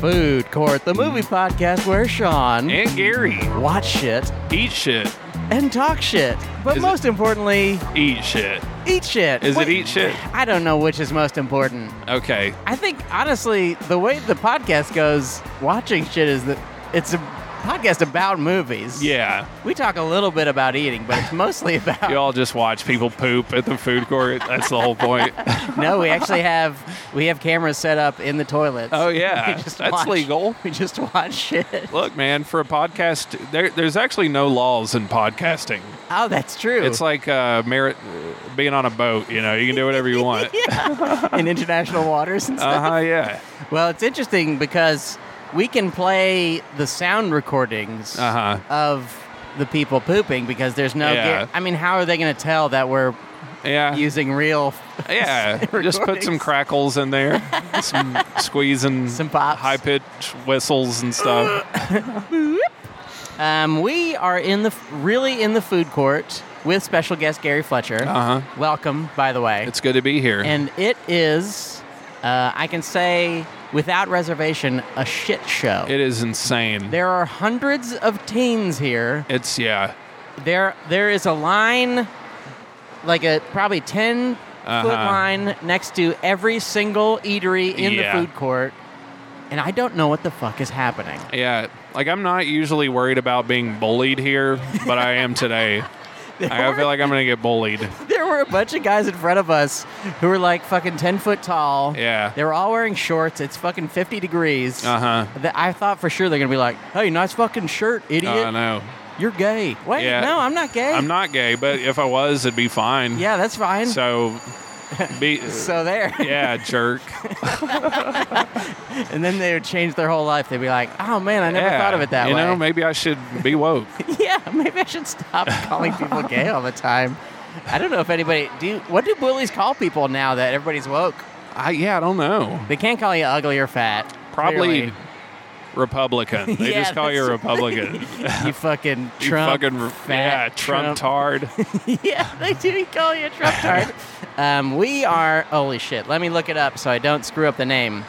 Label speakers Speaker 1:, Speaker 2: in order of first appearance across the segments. Speaker 1: Food Court, the movie
Speaker 2: Mm.
Speaker 1: podcast where Sean
Speaker 2: And Gary.
Speaker 1: watch shit
Speaker 2: Eat shit.
Speaker 1: and talk shit, but
Speaker 2: Is it-
Speaker 1: most importantly,
Speaker 2: Eat shit.
Speaker 1: eat shit.
Speaker 2: Is
Speaker 1: Wait,
Speaker 2: it eat shit?
Speaker 1: I don't know which is most important.
Speaker 2: Okay.
Speaker 1: I think honestly, the way the podcast goes, watching shit is that it's a podcast about movies.
Speaker 2: Yeah.
Speaker 1: we talk a little bit about eating, but it's mostly about.
Speaker 2: You all just watch people poop at the food court. That's the whole point.
Speaker 1: No, we actually have we have cameras set up in the toilets.
Speaker 2: Oh, yeah.
Speaker 1: We just
Speaker 2: That's
Speaker 1: watch-
Speaker 2: legal.
Speaker 1: We just watch shit.
Speaker 2: Look, man, for a podcast, there, there's actually no laws in podcasting.
Speaker 1: Oh, that's true.
Speaker 2: It's like uh, merit being on a boat. You know, you can do whatever you want.
Speaker 1: in international waters and stuff.
Speaker 2: Uh huh. Yeah.
Speaker 1: Well, it's interesting because we can play the sound recordings
Speaker 2: Uh-huh.
Speaker 1: of the people pooping because there's no.
Speaker 2: Yeah.
Speaker 1: gar- I mean, how are they going to tell that we're
Speaker 2: Yeah.
Speaker 1: using real?
Speaker 2: yeah. Just put some
Speaker 1: recordings.
Speaker 2: crackles in there, some squeezing,
Speaker 1: Some pops. Uh.
Speaker 2: high pitched whistles and stuff.
Speaker 1: Um, we are in the really in the food court with special guest Gary Fletcher.
Speaker 2: Uh huh.
Speaker 1: Welcome, by the way.
Speaker 2: It's good to be here.
Speaker 1: and it is, uh, I can say without reservation, a shit show.
Speaker 2: it is insane.
Speaker 1: there are hundreds of teens here.
Speaker 2: It's yeah.
Speaker 1: there there is a line like a probably 10
Speaker 2: Uh-huh.
Speaker 1: foot line next to every single eatery in the
Speaker 2: Yeah.
Speaker 1: food court and i don't know what the fuck is happening
Speaker 2: Yeah, like I'm not usually worried about being bullied here, but I am today.
Speaker 1: there,
Speaker 2: I
Speaker 1: were,
Speaker 2: feel like I'm gonna get bullied.
Speaker 1: there were a bunch of guys in front of us who were like fucking 10 foot tall
Speaker 2: Yeah.
Speaker 1: they were all wearing shorts it's fucking 50 degrees
Speaker 2: Uh huh.
Speaker 1: That- I thought for sure they're gonna be like, "Hey, nice fucking shirt, idiot!
Speaker 2: Oh no,
Speaker 1: You're gay." Wait,
Speaker 2: Yeah.
Speaker 1: no, I'm not gay.
Speaker 2: I'm not gay, but if I was, it'd be fine.
Speaker 1: Yeah, that's fine. So,
Speaker 2: So, be
Speaker 1: there.
Speaker 2: yeah, jerk.
Speaker 1: And then they would change their whole life. They'd be like, "Oh man, I never
Speaker 2: yeah.
Speaker 1: thought of it that
Speaker 2: you
Speaker 1: way."
Speaker 2: know, maybe I should be woke.
Speaker 1: Yeah, maybe I should stop calling people gay all the time. I don't know if anybody do. you- What do bullies call people now that everybody's woke?
Speaker 2: I yeah, I don't know.
Speaker 1: They can't call you ugly or fat.
Speaker 2: Probably
Speaker 1: clearly.
Speaker 2: Republican. They
Speaker 1: Yeah,
Speaker 2: just call you a
Speaker 1: that's-
Speaker 2: Republican.
Speaker 1: you fucking Trump.
Speaker 2: You fucking re- yeah,
Speaker 1: fat
Speaker 2: Trump hard.
Speaker 1: yeah, they do call you a Trump tart. um, we are holy shit. Let me look it up so I don't screw up the name.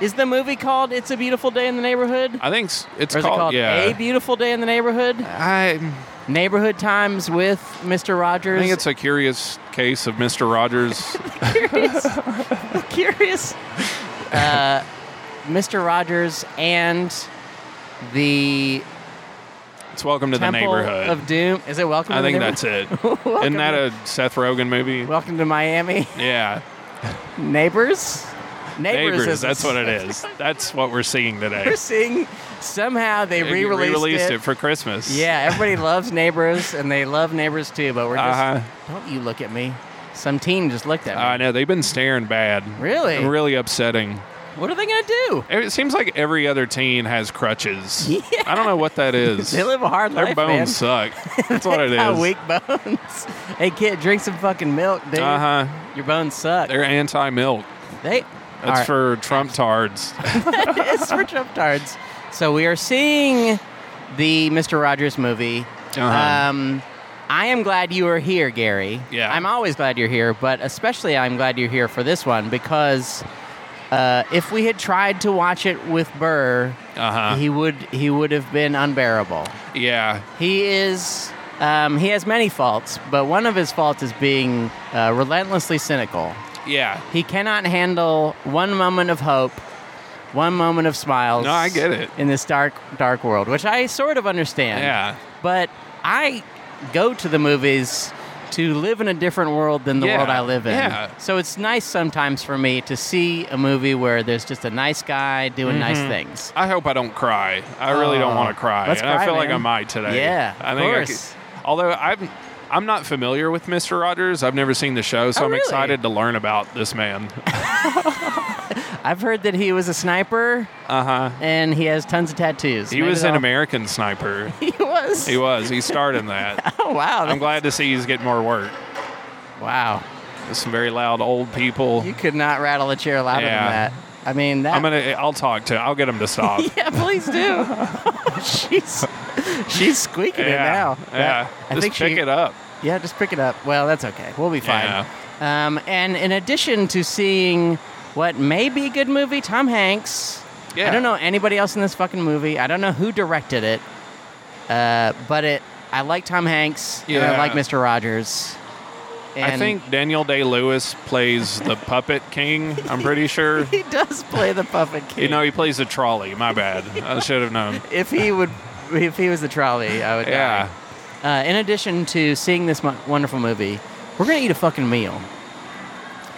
Speaker 1: Is the movie called "It's a Beautiful Day in the Neighborhood"?
Speaker 2: I think s- it's
Speaker 1: or is it called
Speaker 2: called, yeah. Uh,
Speaker 1: "A Beautiful Day in the Neighborhood"?
Speaker 2: I
Speaker 1: Neighborhood Times with Mr. Rogers.
Speaker 2: I think it's a curious case of Mr. Rogers.
Speaker 1: curious. curious. Uh, Mr. Rogers and the
Speaker 2: It's Welcome to the
Speaker 1: Temple
Speaker 2: Neighborhood.
Speaker 1: of Doom. Is it Welcome?
Speaker 2: I
Speaker 1: to the
Speaker 2: think
Speaker 1: neighborhood?
Speaker 2: that's it. Isn't that a Seth Rogen movie?
Speaker 1: Welcome to Miami.
Speaker 2: yeah.
Speaker 1: Neighbors.
Speaker 2: Neighbors,
Speaker 1: is-
Speaker 2: that's what it is. That's what we're seeing today.
Speaker 1: We're seeing somehow they
Speaker 2: They
Speaker 1: re-released,
Speaker 2: re-released it. for Christmas.
Speaker 1: Yeah, everybody loves Neighbors, and they love Neighbors too. But we're just
Speaker 2: Uh-huh. Uh,
Speaker 1: don't you look at me. Some teen just looked at me.
Speaker 2: I know they've been staring bad.
Speaker 1: Really?
Speaker 2: Really upsetting.
Speaker 1: what are they gonna do?
Speaker 2: It seems like every other teen has crutches.
Speaker 1: Yeah.
Speaker 2: I don't know what that is.
Speaker 1: They live a hard
Speaker 2: Their
Speaker 1: life,
Speaker 2: bones
Speaker 1: man.
Speaker 2: suck. That's what it
Speaker 1: They got
Speaker 2: is.
Speaker 1: Weak bones. hey kid, drink some fucking milk, dude.
Speaker 2: Uh huh.
Speaker 1: Your bones suck.
Speaker 2: They're anti-milk.
Speaker 1: They.
Speaker 2: That's for Trump tards.
Speaker 1: for it's for Trump tards. So we are seeing the Mr. Rogers movie.
Speaker 2: Uh-huh.
Speaker 1: Um, I am glad you are here, Gary.
Speaker 2: Yeah.
Speaker 1: I'm always glad you're here, but especially I'm glad you're here for this one because uh, if we had tried to watch it with Burr,
Speaker 2: Uh huh.
Speaker 1: he would he would have been unbearable.
Speaker 2: Yeah.
Speaker 1: He is. Um, he has many faults, but one of his faults is being uh, relentlessly cynical.
Speaker 2: Yeah.
Speaker 1: He cannot handle one moment of hope, one moment of smiles.
Speaker 2: No, I get it.
Speaker 1: In this dark, dark world, which I sort of understand.
Speaker 2: Yeah.
Speaker 1: But I go to the movies to live in a different world than the
Speaker 2: Yeah,
Speaker 1: world I live in.
Speaker 2: yeah.
Speaker 1: So it's nice sometimes for me to see a movie where there's just a nice guy doing
Speaker 2: Mm-hmm.
Speaker 1: nice things.
Speaker 2: I hope I don't cry. I really
Speaker 1: Oh,
Speaker 2: don't want to cry,
Speaker 1: let's
Speaker 2: and
Speaker 1: cry,
Speaker 2: I feel like
Speaker 1: man.
Speaker 2: I might today.
Speaker 1: Yeah,
Speaker 2: I
Speaker 1: of
Speaker 2: think.
Speaker 1: course.
Speaker 2: I could, although I'm, I'm not familiar with Mister Rogers. I've never seen the show, so
Speaker 1: Oh,
Speaker 2: I'm
Speaker 1: really?
Speaker 2: excited to learn about this man.
Speaker 1: I've heard that he was a sniper
Speaker 2: Uh huh.
Speaker 1: and he has tons of tattoos.
Speaker 2: He
Speaker 1: Maybe
Speaker 2: was an
Speaker 1: they'll-
Speaker 2: American sniper.
Speaker 1: He was.
Speaker 2: He was. He starred in that.
Speaker 1: Oh wow!
Speaker 2: I'm glad to see he's getting more work.
Speaker 1: Wow,
Speaker 2: There's some very loud old people.
Speaker 1: you could not rattle a chair louder
Speaker 2: Yeah.
Speaker 1: than that. I mean, that
Speaker 2: I'm gonna. I'll talk to. I'll get him to stop.
Speaker 1: Yeah, please do. she's she's squeaking it now.
Speaker 2: Yeah.
Speaker 1: That-
Speaker 2: Just pick
Speaker 1: she,
Speaker 2: it up.
Speaker 1: Yeah, just pick it up. Well, that's okay. We'll be fine.
Speaker 2: Yeah.
Speaker 1: Um, and in addition to seeing what may be a good movie, Tom Hanks
Speaker 2: Yeah.
Speaker 1: I don't know anybody else in this fucking movie. I don't know who directed it, uh, but it. I like Tom Hanks. and I
Speaker 2: Yeah.
Speaker 1: like Mr. Rogers.
Speaker 2: I
Speaker 1: And
Speaker 2: think Daniel Day Lewis plays the Puppet King. I'm pretty sure.
Speaker 1: he does play the puppet king.
Speaker 2: You know, he plays the trolley. My bad. I should have known.
Speaker 1: if he would, if he was the trolley, I would.
Speaker 2: Yeah.
Speaker 1: Die. Uh, in addition to seeing this mo- wonderful movie, we're gonna eat a fucking meal,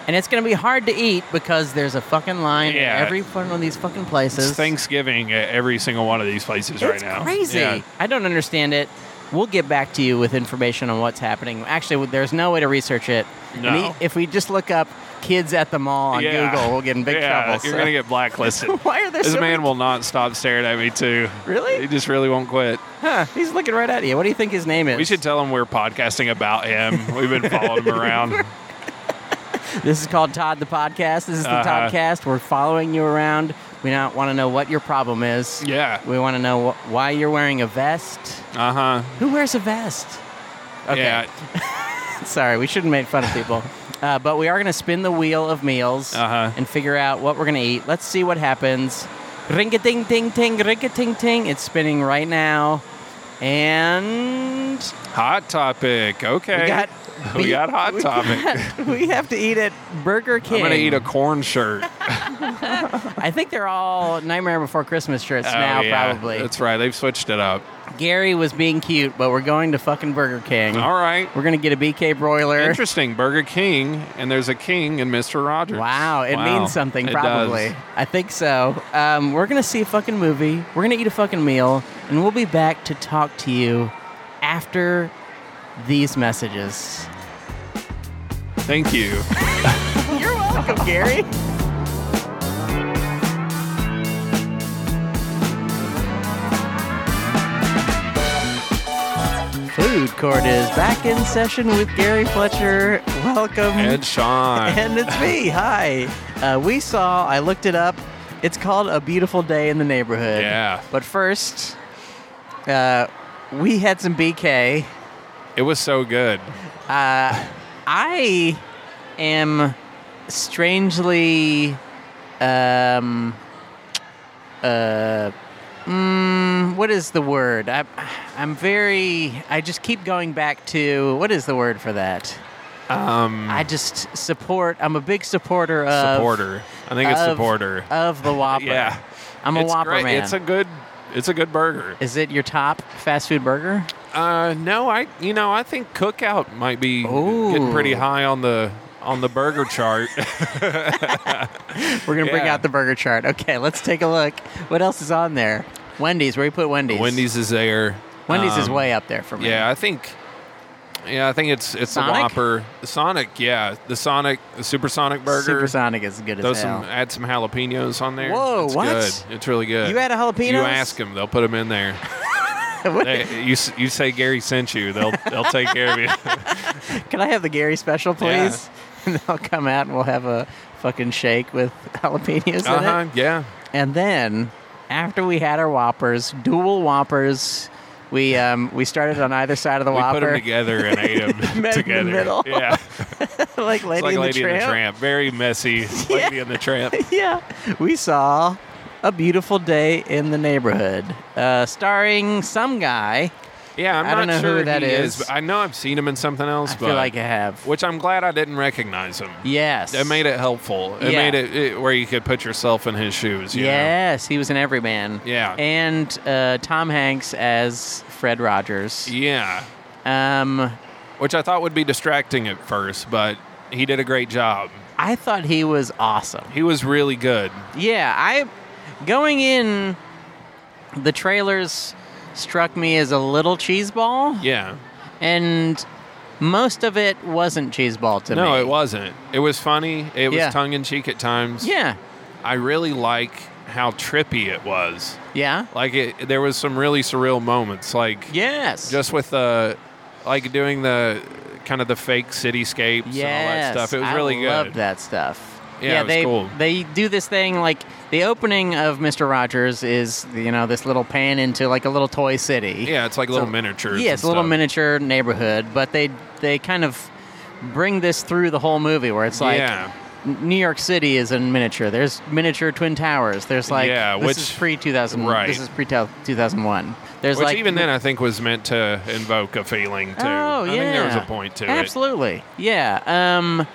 Speaker 1: and it's gonna be hard to eat because there's a fucking line
Speaker 2: Yeah.
Speaker 1: in every one of these fucking places.
Speaker 2: It's Thanksgiving at every single one of these places right
Speaker 1: It's
Speaker 2: now.
Speaker 1: Crazy.
Speaker 2: Yeah.
Speaker 1: I don't understand it. We'll get back to you with information on what's happening. Actually, there's no way to research it. And
Speaker 2: No.
Speaker 1: e- If we just look up kids at the mall on
Speaker 2: Yeah.
Speaker 1: Google, we'll get in big
Speaker 2: Yeah,
Speaker 1: trouble.
Speaker 2: You're
Speaker 1: so-
Speaker 2: gonna get blacklisted.
Speaker 1: Why are there
Speaker 2: this
Speaker 1: so
Speaker 2: man
Speaker 1: many-
Speaker 2: will not stop staring at me too.
Speaker 1: Really?
Speaker 2: He just really won't quit.
Speaker 1: Huh, he's looking right at you. What do you think his name is?
Speaker 2: We should tell him we're podcasting about him. We've been following him around.
Speaker 1: This is called Todd the Podcast. This is the
Speaker 2: Uh-huh.
Speaker 1: Toddcast. We're following you around. We now want to know what your problem is.
Speaker 2: Yeah.
Speaker 1: We want to know wh- why you're wearing a vest.
Speaker 2: Uh huh.
Speaker 1: Who wears a vest? Okay.
Speaker 2: Yeah.
Speaker 1: Sorry, we shouldn't make fun of people. Uh, but we are going to spin the wheel of meals
Speaker 2: Uh-huh.
Speaker 1: and figure out what we're going to eat. Let's see what happens. Ring a ding ding ting, ring a ting ting. It's spinning right now. And
Speaker 2: Hot topic. Okay.
Speaker 1: we got.
Speaker 2: We
Speaker 1: beef-
Speaker 2: got hot
Speaker 1: we
Speaker 2: topic.
Speaker 1: got- we have to eat at Burger King.
Speaker 2: I'm gonna eat a corn shirt.
Speaker 1: I think they're all Nightmare Before Christmas shirts
Speaker 2: Oh,
Speaker 1: now,
Speaker 2: yeah.
Speaker 1: probably.
Speaker 2: That's right. They've switched it up.
Speaker 1: Gary was being cute, but we're going to fucking Burger King.
Speaker 2: All right.
Speaker 1: We're going to get a BK broiler.
Speaker 2: Interesting. Burger King, and there's a King in Mister Rogers.
Speaker 1: Wow, it
Speaker 2: Wow.
Speaker 1: means something,
Speaker 2: It
Speaker 1: probably.
Speaker 2: does.
Speaker 1: I think so. Um, we're going to see a fucking movie. We're going to eat a fucking meal, and we'll be back to talk to you after these messages.
Speaker 2: Thank you.
Speaker 1: You're welcome, Gary. Food Court is back in session with Gary Fletcher. Welcome.
Speaker 2: Ed Sean.
Speaker 1: And it's me. Hi. Uh, we saw, I looked it up. It's called A Beautiful Day in the Neighborhood.
Speaker 2: Yeah.
Speaker 1: But first, uh, we had some BK.
Speaker 2: It was so good.
Speaker 1: Uh, I am strangely. Um, uh, mm, what is the word? I, I'm very. I just keep going back to. What is the word for that?
Speaker 2: Um,
Speaker 1: I just support. I'm a big supporter of.
Speaker 2: supporter. I think it's
Speaker 1: of-
Speaker 2: supporter.
Speaker 1: Of the Whopper.
Speaker 2: Yeah.
Speaker 1: I'm a
Speaker 2: It's
Speaker 1: Whopper
Speaker 2: great.
Speaker 1: man.
Speaker 2: It's a good. It's a good burger.
Speaker 1: is it your top fast food burger?
Speaker 2: Uh, no, I you know I think Cookout might be
Speaker 1: Ooh.
Speaker 2: getting pretty high on the on the burger chart.
Speaker 1: We're gonna bring
Speaker 2: Yeah.
Speaker 1: out the burger chart. Okay, let's take a look. What else is on there? Wendy's. Where you put Wendy's?
Speaker 2: Wendy's is there.
Speaker 1: Wendy's is
Speaker 2: Um,
Speaker 1: way up there for me.
Speaker 2: Yeah, I think. Yeah, I think it's it's
Speaker 1: Sonic?
Speaker 2: the Whopper, Sonic. Yeah, the Sonic, the Supersonic burger.
Speaker 1: Supersonic is good
Speaker 2: Throw
Speaker 1: as hell.
Speaker 2: some, add some jalapenos on there.
Speaker 1: Whoa,
Speaker 2: it's
Speaker 1: what?
Speaker 2: Good. It's really good.
Speaker 1: You add a jalapeno?
Speaker 2: You ask them, they'll put them in there. They- you s- you say Gary sent you, they'll they'll take care of you.
Speaker 1: Can I have the Gary special,
Speaker 2: Yeah.
Speaker 1: please? And they'll come out and we'll have a fucking shake with jalapenos
Speaker 2: uh-huh,
Speaker 1: in it.
Speaker 2: yeah.
Speaker 1: And then after we had our Whoppers, dual Whoppers, we um, we started on either side of the
Speaker 2: We
Speaker 1: Whopper.
Speaker 2: put them together and ate them
Speaker 1: Met in the
Speaker 2: together.
Speaker 1: middle.
Speaker 2: Yeah.
Speaker 1: like Lady,
Speaker 2: It's like
Speaker 1: in,
Speaker 2: Lady
Speaker 1: the
Speaker 2: and the
Speaker 1: Tramp.
Speaker 2: Tramp. Very messy. Lady and the Tramp.
Speaker 1: yeah, we saw a beautiful day in the neighborhood, uh, starring some guy.
Speaker 2: Yeah, I'm
Speaker 1: I don't
Speaker 2: not
Speaker 1: know who
Speaker 2: sure
Speaker 1: that
Speaker 2: he
Speaker 1: is.
Speaker 2: but I know I've seen him in something else,
Speaker 1: I
Speaker 2: but
Speaker 1: feel like I have.
Speaker 2: which I'm glad I didn't recognize him.
Speaker 1: Yes,
Speaker 2: It made it helpful. It
Speaker 1: Yeah.
Speaker 2: made it, it where you could put yourself in his shoes. you know?
Speaker 1: Yes, he was an everyman.
Speaker 2: Yeah.
Speaker 1: and uh, Tom Hanks as Fred Rogers.
Speaker 2: Yeah.
Speaker 1: Um,
Speaker 2: Which I thought would be distracting at first, but he did a great job.
Speaker 1: I thought he was awesome.
Speaker 2: He was really good.
Speaker 1: Yeah, I going in, the trailers struck me as a little cheeseball,
Speaker 2: Yeah.
Speaker 1: and most of it wasn't cheeseball to me.
Speaker 2: No, it wasn't. It was funny. It was
Speaker 1: Yeah.
Speaker 2: tongue in cheek at times.
Speaker 1: Yeah,
Speaker 2: I really like how trippy it was.
Speaker 1: yeah,
Speaker 2: Like it, there was some really surreal moments. Like
Speaker 1: yes.
Speaker 2: just with the like doing the kind of the fake cityscapes
Speaker 1: Yes,
Speaker 2: and all that stuff. It was
Speaker 1: I
Speaker 2: really good.
Speaker 1: Loved that stuff.
Speaker 2: Yeah, it was
Speaker 1: they
Speaker 2: cool.
Speaker 1: they do this thing like the opening of Mister Rogers is you know this little pan into like a little toy city.
Speaker 2: Yeah, it's like little miniatures.
Speaker 1: Yeah,
Speaker 2: and
Speaker 1: it's a little
Speaker 2: stuff.
Speaker 1: miniature neighborhood, but they they kind of bring this through the whole movie where it's like
Speaker 2: yeah,
Speaker 1: New York City is in miniature. There's miniature Twin Towers. There's like
Speaker 2: Yeah,
Speaker 1: this
Speaker 2: which-
Speaker 1: is pre 2000.
Speaker 2: right.
Speaker 1: This is pre 2001. There's
Speaker 2: Which
Speaker 1: like
Speaker 2: even then I think was meant to invoke a feeling too.
Speaker 1: Oh
Speaker 2: I
Speaker 1: yeah,
Speaker 2: think there was a point to
Speaker 1: Absolutely. yeah. Um,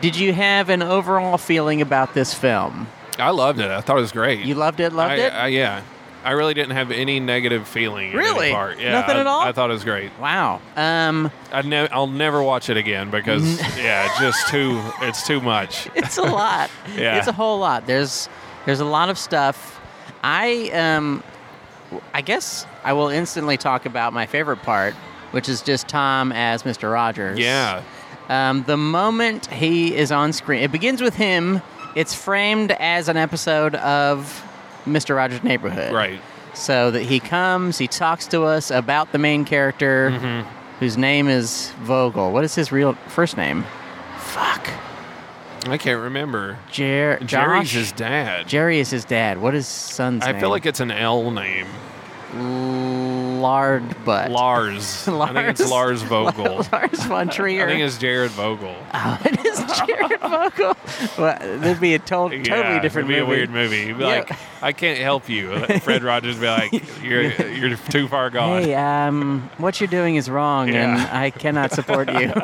Speaker 1: did you have an overall feeling about this film?
Speaker 2: it. I loved it. I thought it was great.
Speaker 1: You loved it. Loved
Speaker 2: I,
Speaker 1: it.
Speaker 2: I, yeah. I really didn't have any negative feeling. in any
Speaker 1: Really?
Speaker 2: part. Yeah,
Speaker 1: Nothing
Speaker 2: I-
Speaker 1: at all?
Speaker 2: I thought it was great.
Speaker 1: wow. Um,
Speaker 2: I ne- I'll never watch it again because yeah, just too it's too much.
Speaker 1: it's a lot.
Speaker 2: Yeah.
Speaker 1: It's a whole lot. There's there's a lot of stuff. I um I guess I will instantly talk about my favorite part, which is just Tom as Mr. Rogers.
Speaker 2: Yeah,
Speaker 1: Um, the moment he is on screen, it begins with him. It's framed as an episode of Mr. Rogers' Neighborhood.
Speaker 2: right.
Speaker 1: So that he comes, he talks to us about the main character,
Speaker 2: Mm-hmm.
Speaker 1: whose name is Vogel. What is his real first name? Fuck.
Speaker 2: I can't remember.
Speaker 1: Jer-
Speaker 2: Jerry's
Speaker 1: Josh?
Speaker 2: his dad.
Speaker 1: Jerry is his dad. What is his son's
Speaker 2: I
Speaker 1: name?
Speaker 2: feel like it's an L name.
Speaker 1: Lard Butt.
Speaker 2: Lars. I think it's
Speaker 1: Lars.
Speaker 2: Lars Vogel.
Speaker 1: Lars Ah, von Trier.
Speaker 2: I think it's Jared Vogel.
Speaker 1: it is Jared Vogel. Well, that'd be a to- totally
Speaker 2: yeah,
Speaker 1: different
Speaker 2: it'd
Speaker 1: movie.
Speaker 2: be a weird movie. He'd be
Speaker 1: Yeah.
Speaker 2: Like I can't help you. Fred Rogers would be like, you're you're too far gone.
Speaker 1: Hey, um, what you're doing is wrong, and
Speaker 2: Yeah.
Speaker 1: I cannot support you.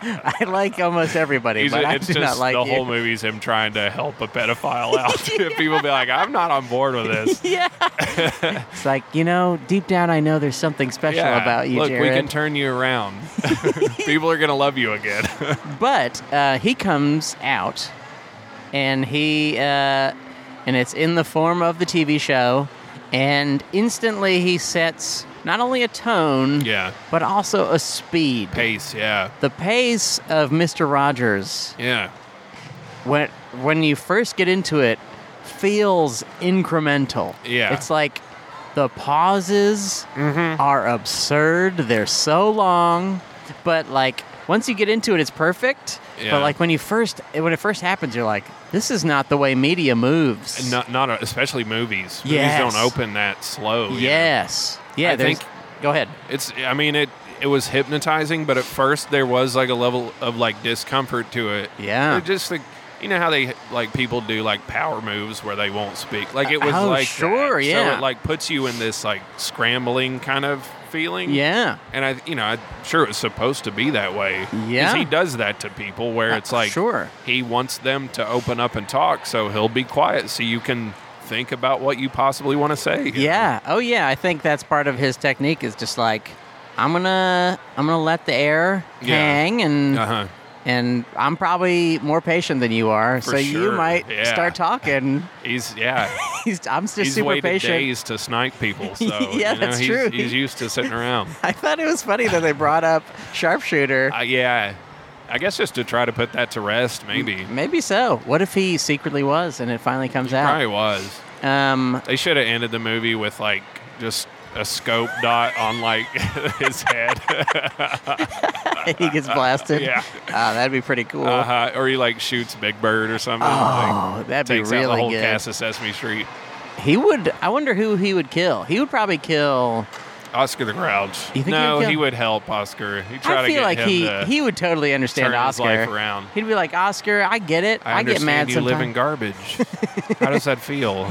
Speaker 1: I like almost everybody,
Speaker 2: He's-
Speaker 1: but I
Speaker 2: it's
Speaker 1: do
Speaker 2: just
Speaker 1: not like
Speaker 2: the
Speaker 1: you.
Speaker 2: whole movie's him trying to help a pedophile out. People be like, I'm not on board with this.
Speaker 1: yeah. it's like you know, deep down, I know there's something special about you,
Speaker 2: Look,
Speaker 1: Jared.
Speaker 2: we can turn you around. People are gonna love you again.
Speaker 1: but uh, he comes out, and he uh, and it's in the form of the TV show, and instantly he sets not only a tone,
Speaker 2: yeah.
Speaker 1: but also a speed.
Speaker 2: Pace, yeah.
Speaker 1: The pace of Mister Rogers
Speaker 2: Yeah.
Speaker 1: when when you first get into it feels incremental.
Speaker 2: Yeah. Mm-hmm.
Speaker 1: It's like the pauses are absurd. They're so long, but like once you get into it it's perfect.
Speaker 2: Yeah.
Speaker 1: But like when you first when it first happens you're like this is not the way media moves.
Speaker 2: Not not a, especially movies.
Speaker 1: Yes.
Speaker 2: Movies don't open that slow. you know?
Speaker 1: yes. Yeah,
Speaker 2: I
Speaker 1: there's
Speaker 2: think-
Speaker 1: Go ahead.
Speaker 2: It's I mean it it was hypnotizing, but at first there was like a level of like discomfort to it.
Speaker 1: Yeah.
Speaker 2: It just like you know how they like people do like power moves where they won't speak. Like it was
Speaker 1: Oh,
Speaker 2: like that.
Speaker 1: sure,
Speaker 2: So
Speaker 1: yeah.
Speaker 2: it like puts you in this like scrambling kind of feeling.
Speaker 1: Yeah.
Speaker 2: And I, you know, I'm sure it was supposed to be that way. 'Cause
Speaker 1: Yeah.
Speaker 2: he does that to people where
Speaker 1: Uh,
Speaker 2: it's like,
Speaker 1: sure.
Speaker 2: he wants them to open up and talk, so he'll be quiet so you can think about what you possibly want to say. you know?
Speaker 1: Yeah. Oh yeah, I think that's part of his technique is just like I'm going to I'm going to let the air
Speaker 2: Yeah.
Speaker 1: hang and
Speaker 2: Uh-huh.
Speaker 1: and I'm probably more patient than you are,
Speaker 2: For
Speaker 1: so you
Speaker 2: sure,
Speaker 1: might
Speaker 2: yeah.
Speaker 1: start talking.
Speaker 2: He's yeah.
Speaker 1: He's, I'm just
Speaker 2: he's
Speaker 1: super
Speaker 2: waited
Speaker 1: patient.
Speaker 2: days to snipe people. So
Speaker 1: Yeah,
Speaker 2: you know,
Speaker 1: that's
Speaker 2: he's,
Speaker 1: true.
Speaker 2: He's used to sitting around.
Speaker 1: I thought it was funny that they brought up sharpshooter.
Speaker 2: Uh, yeah. I guess just to try to put that to rest, maybe.
Speaker 1: Maybe so. What if he secretly was, and it finally comes out?
Speaker 2: Probably was.
Speaker 1: Um,
Speaker 2: They should have ended the movie with like just a scope dot on like his head.
Speaker 1: he gets blasted.
Speaker 2: Yeah.
Speaker 1: Ah, that'd be pretty cool.
Speaker 2: Uh-huh. Or he like shoots Big Bird or something.
Speaker 1: Oh,
Speaker 2: like,
Speaker 1: that'd be
Speaker 2: takes out the
Speaker 1: really
Speaker 2: whole
Speaker 1: good.
Speaker 2: cast of Sesame Street.
Speaker 1: He would. I wonder who he would kill. He would probably kill.
Speaker 2: Oscar the Grouch.
Speaker 1: You think he
Speaker 2: no,
Speaker 1: would kill-
Speaker 2: he would help Oscar. He tried
Speaker 1: I
Speaker 2: to
Speaker 1: feel
Speaker 2: get
Speaker 1: like
Speaker 2: him
Speaker 1: he
Speaker 2: to
Speaker 1: he would totally understand
Speaker 2: turn his
Speaker 1: Oscar.
Speaker 2: life around.
Speaker 1: He'd be like, Oscar, I get it.
Speaker 2: I,
Speaker 1: get mad
Speaker 2: understand you
Speaker 1: sometimes.
Speaker 2: live in garbage. How does that feel?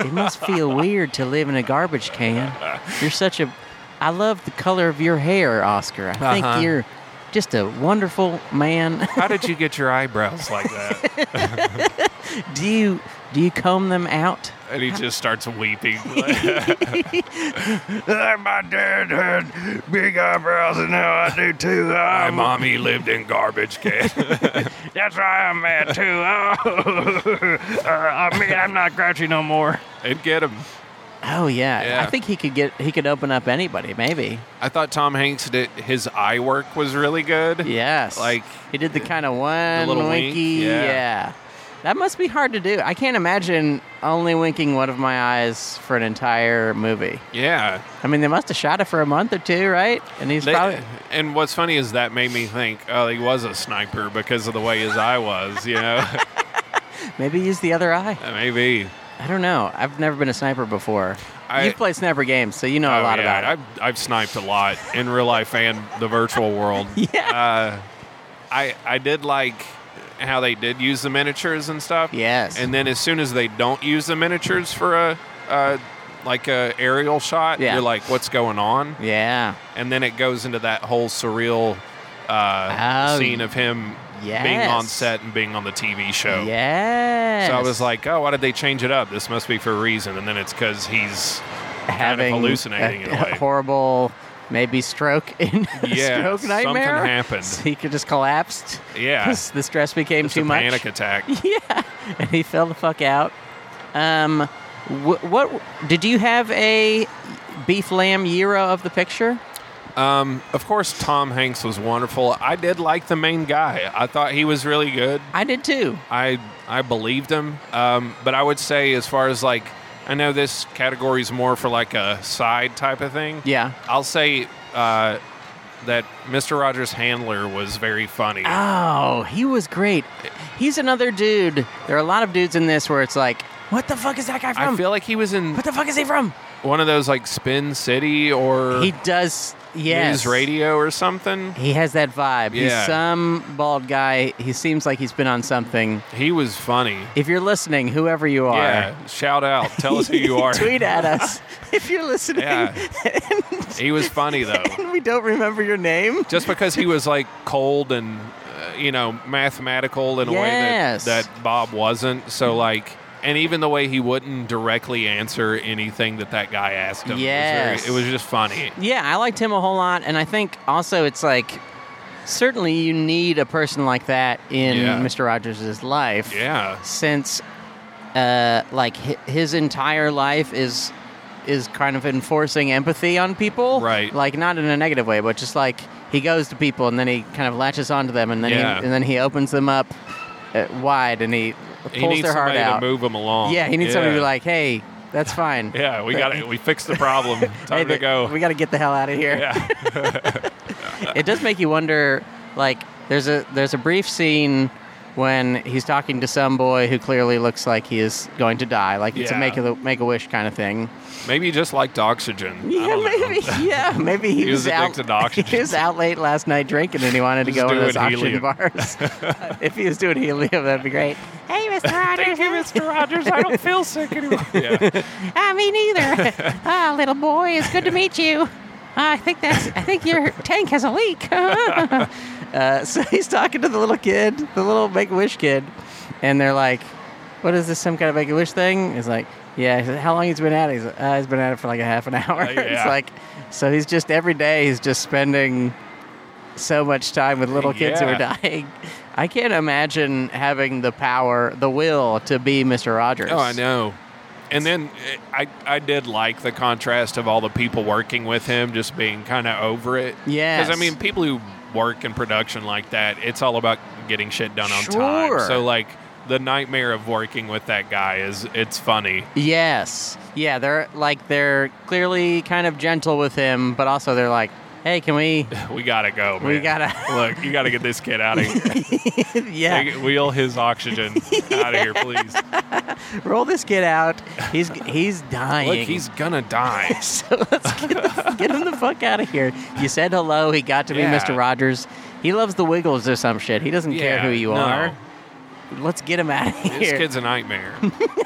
Speaker 1: It must feel weird to live in a garbage can. You're such a. I love the color of your hair, Oscar. I think
Speaker 2: Uh-huh.
Speaker 1: you're just a wonderful man.
Speaker 2: How did you get your eyebrows like that?
Speaker 1: do you do you comb them out?
Speaker 2: And he just starts weeping. My dad had big eyebrows, and now I do too. My mommy lived in garbage can.
Speaker 3: That's why I'm mad too. Oh. Uh, I mean, I'm not grouchy no more.
Speaker 2: It'd get him.
Speaker 1: Oh yeah. I
Speaker 2: Yeah.
Speaker 1: think he could get he could open up anybody. Maybe.
Speaker 2: I thought Tom Hanks did his eye work was really good.
Speaker 1: Yes.
Speaker 2: Like,
Speaker 1: he did the kind of one
Speaker 2: little wink,
Speaker 1: winky.
Speaker 2: yeah.
Speaker 1: That must be hard to do. I can't imagine only winking one of my eyes for an entire movie.
Speaker 2: Yeah.
Speaker 1: I mean, they must have shot it for a month or two, right? And he's
Speaker 2: They-
Speaker 1: probably
Speaker 2: and what's funny is that made me think, oh, he was a sniper because of the way his eye was, you know?
Speaker 1: maybe use the other eye.
Speaker 2: Maybe.
Speaker 1: I don't know. I've never been a sniper before.
Speaker 2: I-
Speaker 1: You've played sniper games, so you know a lot about it.
Speaker 2: Oh, I've, I've sniped a lot in real life and the virtual world.
Speaker 1: Yeah.
Speaker 2: Uh, I I Uh, did like how they did use the miniatures and stuff.
Speaker 1: Yes.
Speaker 2: And then as soon as they don't use the miniatures for a, uh, like a aerial shot,
Speaker 1: Yeah.
Speaker 2: you're like, what's going on?
Speaker 1: Yeah.
Speaker 2: And then it goes into that whole surreal uh,
Speaker 1: Oh,
Speaker 2: scene of him being on
Speaker 1: yes.
Speaker 2: set and being on the TV show.
Speaker 1: Yes.
Speaker 2: Oh. So I was like, oh, why did they change it up? This must be for a reason. And then it's because he's
Speaker 1: having
Speaker 2: hallucinating in a way.
Speaker 1: horrible maybe stroke in
Speaker 2: Yeah,
Speaker 1: stroke
Speaker 2: something
Speaker 1: nightmare.
Speaker 2: happened.
Speaker 1: He could just collapsed.
Speaker 2: Yeah.
Speaker 1: 'cause the stress became
Speaker 2: it's
Speaker 1: too
Speaker 2: a
Speaker 1: much.
Speaker 2: panic attack.
Speaker 1: yeah, and he fell the fuck out. Um, wh- what did you have a beef lamb gyro of the picture?
Speaker 2: Um, of course, Tom Hanks was wonderful. I did like the main guy. I thought he was really good.
Speaker 1: I did too.
Speaker 2: I I believed him. Um, but I would say, as far as like, I know this category is more for like a side type of thing.
Speaker 1: Yeah.
Speaker 2: I'll say uh, that Mr. Rogers' handler was very funny.
Speaker 1: Oh, he was great. He's another dude. There are a lot of dudes in this where it's like, what the fuck is that guy from?
Speaker 2: I feel like he was in
Speaker 1: what the fuck is he from?
Speaker 2: one of those like Spin City or
Speaker 1: He does. Yes.
Speaker 2: News Radio or something.
Speaker 1: He has that vibe. He's
Speaker 2: Yeah.
Speaker 1: some bald guy. He seems like he's been on something.
Speaker 2: He was funny.
Speaker 1: If you're listening, whoever you are,
Speaker 2: Yeah, shout out. Tell us who you are.
Speaker 1: tweet at us if you're listening.
Speaker 2: Yeah. he was funny though.
Speaker 1: and we don't remember your name.
Speaker 2: just because he was like cold and uh, you know mathematical in a
Speaker 1: Yes.
Speaker 2: way that, that bob wasn't so like and even the way he wouldn't directly answer anything that that guy asked him
Speaker 1: Yes.
Speaker 2: was very, it was just funny
Speaker 1: Yeah, I liked him a whole lot, and I think also it's like certainly you need a person like that in
Speaker 2: Yeah.
Speaker 1: Mr. Rogers' life.
Speaker 2: yeah
Speaker 1: since uh, like hi- his entire life is is kind of enforcing empathy on people
Speaker 2: Right.
Speaker 1: like not in a negative way but just like he goes to people and then he kind of latches onto them and then
Speaker 2: Yeah.
Speaker 1: he and then he opens them up uh, wide and he pulls
Speaker 2: he needs
Speaker 1: their heart
Speaker 2: somebody
Speaker 1: out
Speaker 2: to move him along
Speaker 1: yeah he needs somebody to be like hey that's fine
Speaker 2: yeah we got it we fixed the problem
Speaker 1: Hey,
Speaker 2: time to
Speaker 1: th-
Speaker 2: go
Speaker 1: we got to get the hell out of here
Speaker 2: yeah
Speaker 1: it does make you wonder like there's a there's a brief scene when he's talking to some boy who clearly looks like he is going to die like it's a
Speaker 2: Yeah.
Speaker 1: make a make a wish kind of thing
Speaker 2: maybe he just liked oxygen I
Speaker 1: yeah
Speaker 2: don't know.
Speaker 1: maybe yeah maybe he,
Speaker 2: He was
Speaker 1: out
Speaker 2: addicted to oxygen.
Speaker 1: he was out late last night drinking and he wanted to
Speaker 2: Just
Speaker 1: go to those
Speaker 2: doing
Speaker 1: oxygen
Speaker 2: helium.
Speaker 1: bars if he was doing helium that'd be great hey mr rogers
Speaker 3: Mr. Rogers. I don't feel sick anymore.
Speaker 2: yeah
Speaker 1: Ah, me neither. ah, little boy, it's good to meet you. Ah, I think that's. I think your tank has a leak. uh, so he's talking to the little kid, the little Make a Wish kid, and they're like, "What is this? Some kind of Make a Wish thing?" He's like, "Yeah." He said, How long he's been at it? He's, like, uh, he's been at it for like a half an hour.
Speaker 2: Uh,
Speaker 1: it's
Speaker 2: yeah.
Speaker 1: like, so he's just every day he's just spending so much time with little kids who are
Speaker 2: Yeah.
Speaker 1: dying. I can't imagine having the power, the will to be Mr. Rogers.
Speaker 2: Oh, I know. And then eh, I I did like the contrast of all the people working with him just being kind of over it.
Speaker 1: Yes.
Speaker 2: Because I mean, people who work in production like that, it's all about getting shit done on
Speaker 1: Sure.
Speaker 2: time. So like the nightmare of working with that guy is it's funny.
Speaker 1: Yes. Yeah, they're like they're clearly kind of gentle with him, but also they're like, "Hey, can we?"
Speaker 2: We gotta go. Man.
Speaker 1: We gotta-
Speaker 2: look. You gotta get this kid out of here.
Speaker 1: yeah,
Speaker 2: Take- Wheel his oxygen out of here, please.
Speaker 1: roll this kid out. He's he's dying.
Speaker 2: Look, he's gonna die.
Speaker 1: so let's get, the, get him the fuck out of here. You said hello. He got to be
Speaker 2: Yeah.
Speaker 1: Mr. Rogers. He loves the Wiggles or some shit. He doesn't care
Speaker 2: Yeah,
Speaker 1: who you
Speaker 2: no.
Speaker 1: are. Let's get him out of here.
Speaker 2: This kid's a nightmare.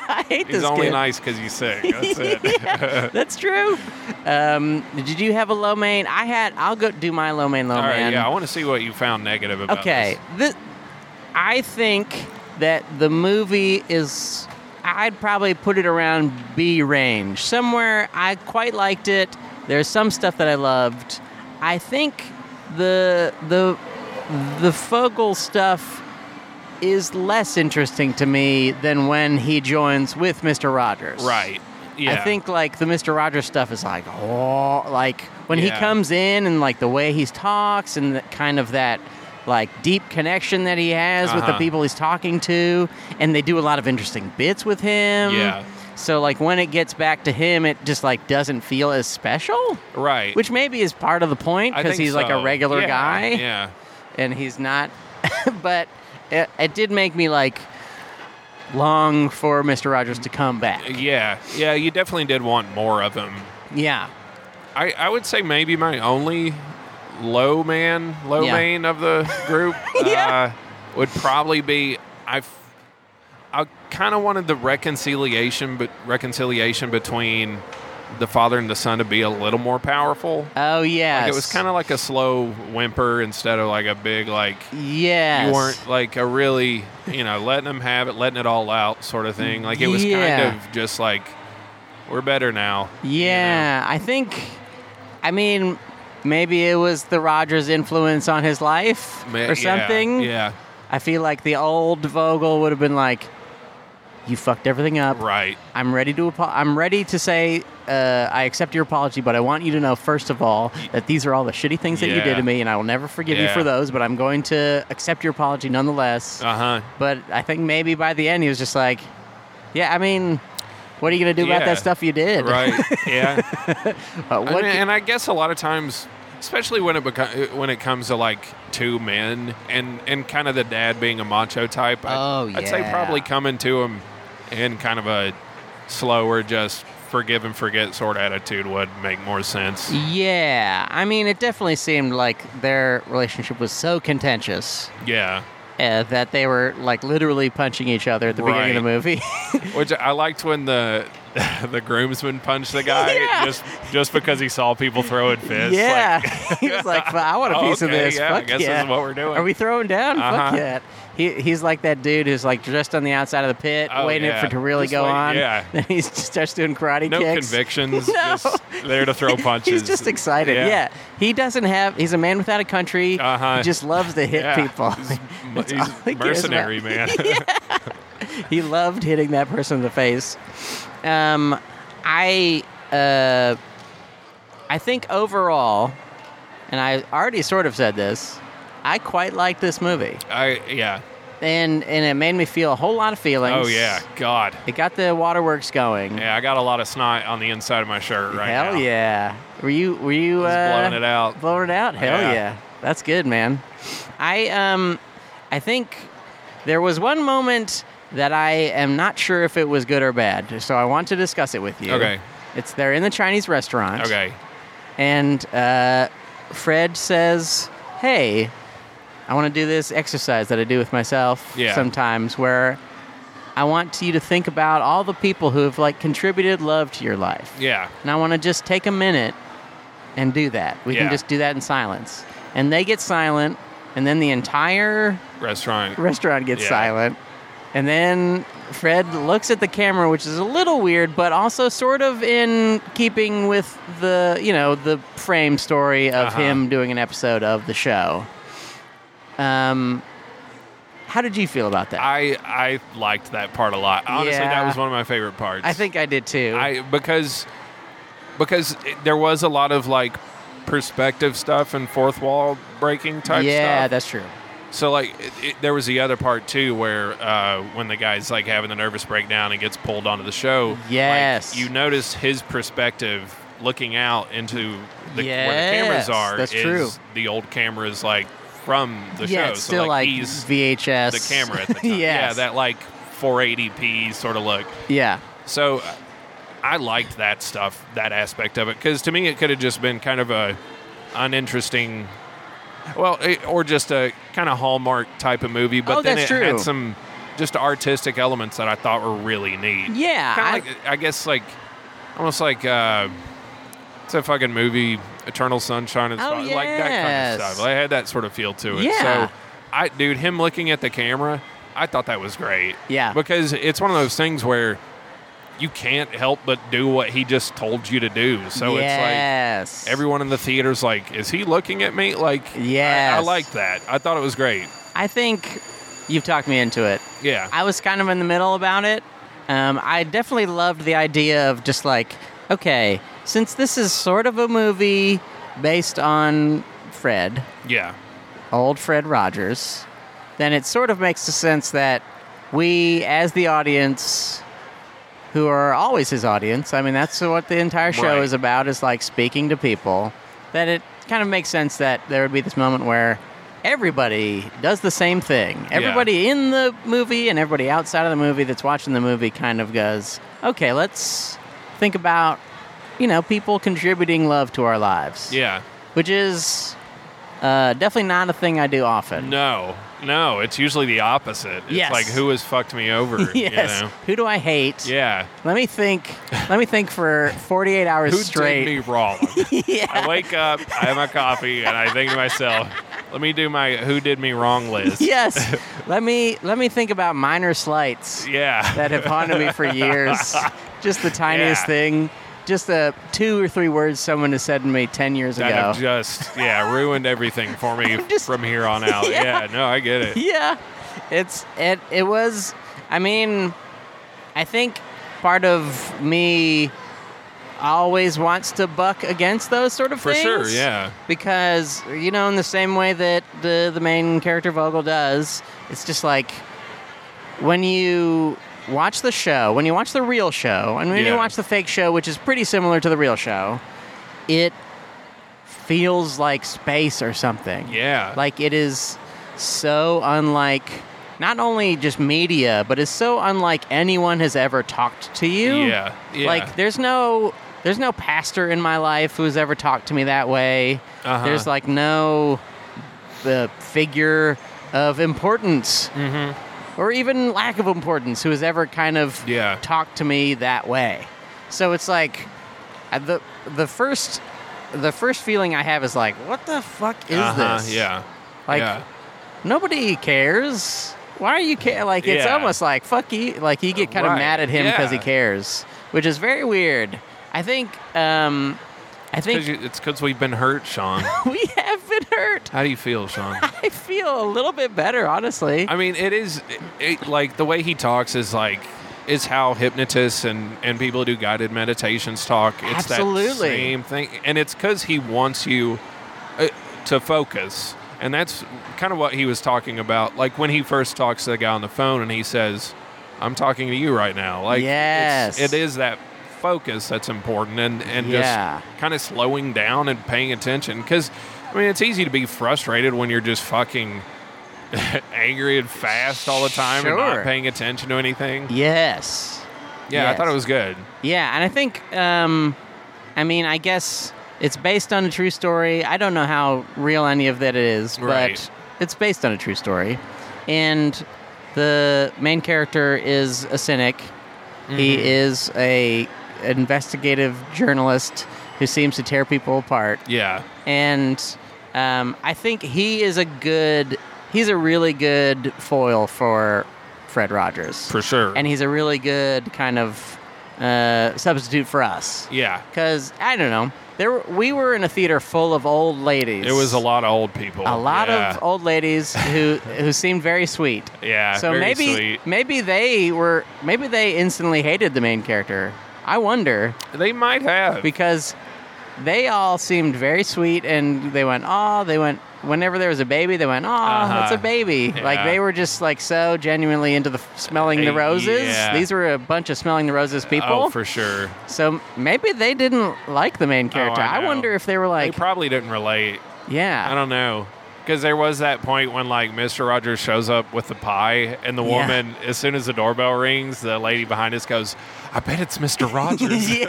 Speaker 1: I hate
Speaker 2: He's
Speaker 1: this
Speaker 2: only
Speaker 1: kid.
Speaker 2: nice because he's sick. That's it.
Speaker 1: That's true. Um, did you have a low main? I had. I'll go do my low main. Low
Speaker 2: All right,
Speaker 1: Oh, man.
Speaker 2: yeah, I want to see what you found negative about
Speaker 1: Okay,
Speaker 2: this.
Speaker 1: th- I think that the movie is. I'd probably put it around B range. Somewhere I quite liked it. There's some stuff that I loved. I think the the the Fogel stuff is less interesting to me than when he joins with Mr. Rogers.
Speaker 2: Right. Yeah.
Speaker 1: I think like the Mister Rogers stuff is like oh, like when he
Speaker 2: Yeah.
Speaker 1: comes in and like the way he talks and the, kind of that like deep connection that he has with the
Speaker 2: Uh-huh.
Speaker 1: people he's talking to, and they do a lot of interesting bits with him.
Speaker 2: Yeah.
Speaker 1: So like when it gets back to him, it just like doesn't feel as special,
Speaker 2: Right.
Speaker 1: which maybe is part of the point
Speaker 2: I
Speaker 1: because
Speaker 2: think
Speaker 1: he's like a
Speaker 2: so.
Speaker 1: regular
Speaker 2: Yeah,
Speaker 1: guy
Speaker 2: Yeah.
Speaker 1: and he's not. but it, it did make me like long for Mister Rogers to come back.
Speaker 2: Yeah. Yeah. You definitely did want more of him.
Speaker 1: Yeah.
Speaker 2: I, I would say maybe my only low man, low
Speaker 1: Yeah.
Speaker 2: main of the group
Speaker 1: Yeah.
Speaker 2: uh, would probably be I. f- I kind of wanted the reconciliation, but reconciliation between the father and the son to be a little more powerful.
Speaker 1: Oh yes.
Speaker 2: Like, it was kind of like a slow whimper instead of like a big like
Speaker 1: Yes.
Speaker 2: you weren't like a really you know letting them have it, letting it all out sort of thing. Like it was
Speaker 1: Yeah.
Speaker 2: kind of just like we're better now.
Speaker 1: Yeah, I think. I mean, maybe it was the Rogers influence on his life
Speaker 2: Ma- yeah,
Speaker 1: or something.
Speaker 2: Yeah,
Speaker 1: I feel like the old Vogel would have been like, "You fucked everything up.
Speaker 2: right.
Speaker 1: I'm ready to. Apo- I'm ready to say." Uh, I accept your apology, but I want you to know first of all that these are all the shitty things that you
Speaker 2: Yeah.
Speaker 1: did to me, and I will never forgive you
Speaker 2: Yeah.
Speaker 1: for those. But I'm going to accept your apology nonetheless.
Speaker 2: Uh huh.
Speaker 1: But I think maybe by the end he was just like, "Yeah, I mean, what are you going to do about
Speaker 2: Yeah.
Speaker 1: that stuff you did?
Speaker 2: Right. Yeah.
Speaker 1: Uh,
Speaker 2: I
Speaker 1: what
Speaker 2: mean, and I guess a lot of times, especially when it beco- when it comes to like two men and and kind of the dad being a macho type, I,
Speaker 1: Oh,
Speaker 2: I'd say
Speaker 1: yeah.
Speaker 2: probably coming to him in kind of a slower, just forgive and forget sort of attitude would make more sense.
Speaker 1: Yeah, I mean, it definitely seemed like their relationship was so contentious
Speaker 2: Yeah,
Speaker 1: uh, that they were like literally punching each other at the beginning of the
Speaker 2: Right.
Speaker 1: movie.
Speaker 2: which I liked when the. The groomsman punched the guy
Speaker 1: Yeah.
Speaker 2: just just because he saw people throwing fists.
Speaker 1: yeah,
Speaker 2: Like,
Speaker 1: he was like, "Fuck, "I want a
Speaker 2: Oh,
Speaker 1: piece
Speaker 2: okay,
Speaker 1: of this."
Speaker 2: yeah, I
Speaker 1: Fuck
Speaker 2: guess this
Speaker 1: yeah.
Speaker 2: is what we're doing.
Speaker 1: Are we throwing down?
Speaker 2: Uh-huh.
Speaker 1: Fuck yeah. He, he's like that dude who's like just on the outside of the pit,
Speaker 2: Oh,
Speaker 1: waiting
Speaker 2: yeah.
Speaker 1: for it to really
Speaker 2: Just
Speaker 1: go
Speaker 2: wait-
Speaker 1: on.
Speaker 2: yeah.
Speaker 1: Then he just starts doing karate
Speaker 2: no
Speaker 1: kicks.
Speaker 2: convictions.
Speaker 1: No.
Speaker 2: Just there to throw punches.
Speaker 1: He's just excited. Yeah. He doesn't have, he's a man without a country.
Speaker 2: Uh-huh.
Speaker 1: He just loves to hit
Speaker 2: Yeah.
Speaker 1: people.
Speaker 2: He's,
Speaker 1: That's all
Speaker 2: he's
Speaker 1: he cares about.
Speaker 2: mercenary, man.
Speaker 1: he loved hitting that person in the face. Um, I uh, I think overall, and I already sort of said this, I quite liked this movie,
Speaker 2: I yeah.
Speaker 1: and and it made me feel a whole lot of feelings.
Speaker 2: Oh yeah, God.
Speaker 1: it got the waterworks going.
Speaker 2: Yeah, I got a lot of snot on the inside of my shirt right
Speaker 1: Hell
Speaker 2: now.
Speaker 1: yeah! Were you were you
Speaker 2: Just
Speaker 1: uh,
Speaker 2: blowing it out.
Speaker 1: Blowing it out? Hell yeah.
Speaker 2: Yeah.
Speaker 1: That's good, man. I um I think there was one moment that I am not sure if it was good or bad, so I want to discuss it with you.
Speaker 2: Okay.
Speaker 1: It's they're in the Chinese restaurant.
Speaker 2: Okay.
Speaker 1: And uh, Fred says, Hey, I want to do this exercise that I do with myself
Speaker 2: Yeah.
Speaker 1: sometimes where I want you to think about all the people who have like contributed love to your life
Speaker 2: Yeah.
Speaker 1: and I want to just take a minute and do that. We can
Speaker 2: Yeah.
Speaker 1: just do that in silence. And they get silent, and then the entire
Speaker 2: Restaurant.
Speaker 1: restaurant gets
Speaker 2: Yeah.
Speaker 1: silent. And then Fred looks at the camera, which is a little weird, but also sort of in keeping with the, you know, the frame story of
Speaker 2: Uh-huh.
Speaker 1: him doing an episode of the show. Um, how did you feel about that?
Speaker 2: I I liked that part a lot. Honestly,
Speaker 1: Yeah.
Speaker 2: that was one of my favorite parts.
Speaker 1: I think I did too.
Speaker 2: I because because it- there was a lot of like perspective stuff and fourth wall breaking type
Speaker 1: yeah,
Speaker 2: stuff.
Speaker 1: that's true.
Speaker 2: So like, it, it, there was the other part too, where uh, when the guy's like having the nervous breakdown and gets pulled onto the show. like,
Speaker 1: Yes.
Speaker 2: you notice his perspective looking out into the, where the
Speaker 1: Yes,
Speaker 2: cameras are.
Speaker 1: that's
Speaker 2: is
Speaker 1: true.
Speaker 2: The old cameras like from the
Speaker 1: yeah,
Speaker 2: show.
Speaker 1: it's
Speaker 2: so
Speaker 1: still
Speaker 2: like,
Speaker 1: like,
Speaker 2: he's
Speaker 1: VHS.
Speaker 2: the camera at the time. Yeah,
Speaker 1: yes.
Speaker 2: that like 480p sort of look.
Speaker 1: Yeah.
Speaker 2: So I liked that stuff, that aspect of it, because to me it could have just been kind of a uninteresting, well, it, or just a kind of hallmark type of movie. But
Speaker 1: Oh,
Speaker 2: then
Speaker 1: that's
Speaker 2: it
Speaker 1: true.
Speaker 2: had some just artistic elements that I thought were really neat.
Speaker 1: Yeah,
Speaker 2: Kinda
Speaker 1: I-
Speaker 2: like- I guess like almost like uh, it's a fucking movie, Eternal Sunshine of the
Speaker 1: Oh,
Speaker 2: Spot- like that kind
Speaker 1: yes.
Speaker 2: of stuff. It had that sort of feel to it.
Speaker 1: Yeah.
Speaker 2: So I, dude, him looking at the camera, I thought that was great.
Speaker 1: Yeah.
Speaker 2: Because it's one of those things where you can't help but do what he just told you to do. So it's
Speaker 1: yes.
Speaker 2: like everyone in the theater's like, is he looking at me? Like, I- I,
Speaker 1: Yes.
Speaker 2: like that. I thought it was great.
Speaker 1: I think you've talked me into it.
Speaker 2: Yeah.
Speaker 1: I was kind of in the middle about it. Um, I definitely loved the idea of just like, okay, since this is sort of a movie based on Fred,
Speaker 2: yeah.
Speaker 1: old Fred Rogers, then it sort of makes the sense that we, as the audience, who are always his audience, I mean, that's what the entire show
Speaker 2: Right.
Speaker 1: is about, is like speaking to people, that it kind of makes sense that there would be this moment where everybody does the same thing. Everybody in the movie and everybody outside of the movie that's watching the movie kind of goes, okay, let's think about, you know, people contributing love to our lives
Speaker 2: Yeah.
Speaker 1: which is Uh, definitely not a thing I do often.
Speaker 2: No, no, it's usually the opposite. It's
Speaker 1: Yes.
Speaker 2: like who has fucked me over.
Speaker 1: yes.
Speaker 2: You know?
Speaker 1: Who do I hate?
Speaker 2: Yeah.
Speaker 1: Let me think. Let me think for 48 hours
Speaker 2: Who
Speaker 1: straight.
Speaker 2: did me wrong?
Speaker 1: yeah.
Speaker 2: I wake up, I have my coffee, and I think to myself, let me do my who did me wrong list.
Speaker 1: Yes. let me let me think about minor slights
Speaker 2: Yeah.
Speaker 1: that have haunted me for years. Just the tiniest
Speaker 2: Yeah.
Speaker 1: thing. Just the two or three words someone has said to me 10 years
Speaker 2: that
Speaker 1: ago.
Speaker 2: have just yeah ruined everything for me
Speaker 1: just-
Speaker 2: from here on out.
Speaker 1: Yeah.
Speaker 2: Yeah. no, I get it.
Speaker 1: yeah. It's it it was I mean I think part of me always wants to buck against those sort of
Speaker 2: For
Speaker 1: things.
Speaker 2: sure, yeah.
Speaker 1: Because you know, in the same way that the the main character Vogel does, it's just like when you watch the show, when you watch the real show, and when you
Speaker 2: Yeah.
Speaker 1: watch the fake show, which is pretty similar to the real show, it feels like space or something.
Speaker 2: Yeah.
Speaker 1: Like it is so unlike not only just media, but it's so unlike anyone has ever talked to you.
Speaker 2: Yeah, yeah.
Speaker 1: Like there's no there's no pastor in my life who's ever talked to me that way.
Speaker 2: Uh-huh.
Speaker 1: There's like no the figure of importance or even lack of importance who has ever kind of
Speaker 2: Mm-hmm. Yeah.
Speaker 1: talked to me that way. So it's like uh, the the first the first feeling I have is like, what the fuck is
Speaker 2: Uh-huh,
Speaker 1: this?
Speaker 2: Yeah.
Speaker 1: Like
Speaker 2: yeah.
Speaker 1: nobody cares. Why are you care? Like it's
Speaker 2: Yeah.
Speaker 1: almost like fuck you. Like you get kind of
Speaker 2: Right.
Speaker 1: mad at him because he
Speaker 2: Yeah.
Speaker 1: cares, which is very weird. I think. Um, I
Speaker 2: 'Cause
Speaker 1: think
Speaker 2: you- it's because we've been hurt, Sean.
Speaker 1: we have been hurt.
Speaker 2: How do you feel, Sean?
Speaker 1: I feel a little bit better, honestly.
Speaker 2: I mean, it is it, like the way he talks is like is how hypnotists and and people who do guided meditations talk. It's
Speaker 1: Absolutely.
Speaker 2: that same thing, and it's because he wants you uh, to focus, and that's kind of what he was talking about. Like when he first talks to the guy on the phone, and he says, "I'm talking to you right now." Like
Speaker 1: Yes.
Speaker 2: it's, it is that focus that's important, and and
Speaker 1: Yeah.
Speaker 2: just kind of slowing down and paying attention because. I mean, it's easy to be frustrated when you're just fucking angry and fast all the time and
Speaker 1: Sure.
Speaker 2: not paying attention to anything.
Speaker 1: yes.
Speaker 2: Yeah,
Speaker 1: Yes.
Speaker 2: I thought it was good.
Speaker 1: Yeah, and I think. Um, I mean, I guess it's based on a true story. I don't know how real any of that is, but
Speaker 2: Right.
Speaker 1: it's based on a true story, and the main character is a cynic. He is a investigative journalist who seems to tear people apart.
Speaker 2: Yeah.
Speaker 1: And um, I think he is a good, he's a really good foil for Fred Rogers.
Speaker 2: For sure.
Speaker 1: And he's a really good kind of uh, substitute for us.
Speaker 2: yeah.
Speaker 1: Because, I don't know, there were, we were in a theater full of old ladies.
Speaker 2: It was a lot of old people.
Speaker 1: A lot
Speaker 2: yeah.
Speaker 1: of old ladies who, who seemed very sweet.
Speaker 2: Yeah.
Speaker 1: So
Speaker 2: very
Speaker 1: maybe
Speaker 2: sweet.
Speaker 1: maybe they were maybe they instantly hated the main character. I wonder
Speaker 2: they might have.
Speaker 1: because they all seemed very sweet and they went oh they went whenever there was a baby they went oh
Speaker 2: Uh-huh.
Speaker 1: it's a baby like
Speaker 2: Yeah.
Speaker 1: they were just like so genuinely into the f- smelling the
Speaker 2: Uh,
Speaker 1: roses
Speaker 2: yeah.
Speaker 1: these were a bunch of smelling the roses people
Speaker 2: oh, for sure.
Speaker 1: so maybe they didn't like the main character
Speaker 2: I
Speaker 1: I,
Speaker 2: know.
Speaker 1: wonder if they were
Speaker 2: They
Speaker 1: like
Speaker 2: probably didn't relate. I
Speaker 1: yeah
Speaker 2: don't know. Because there was that point when, like, Mr. Rogers shows up with the pie, and the
Speaker 1: Yeah.
Speaker 2: woman, as soon as the doorbell rings, the lady behind us goes, I bet it's Mr. Rogers.
Speaker 1: yeah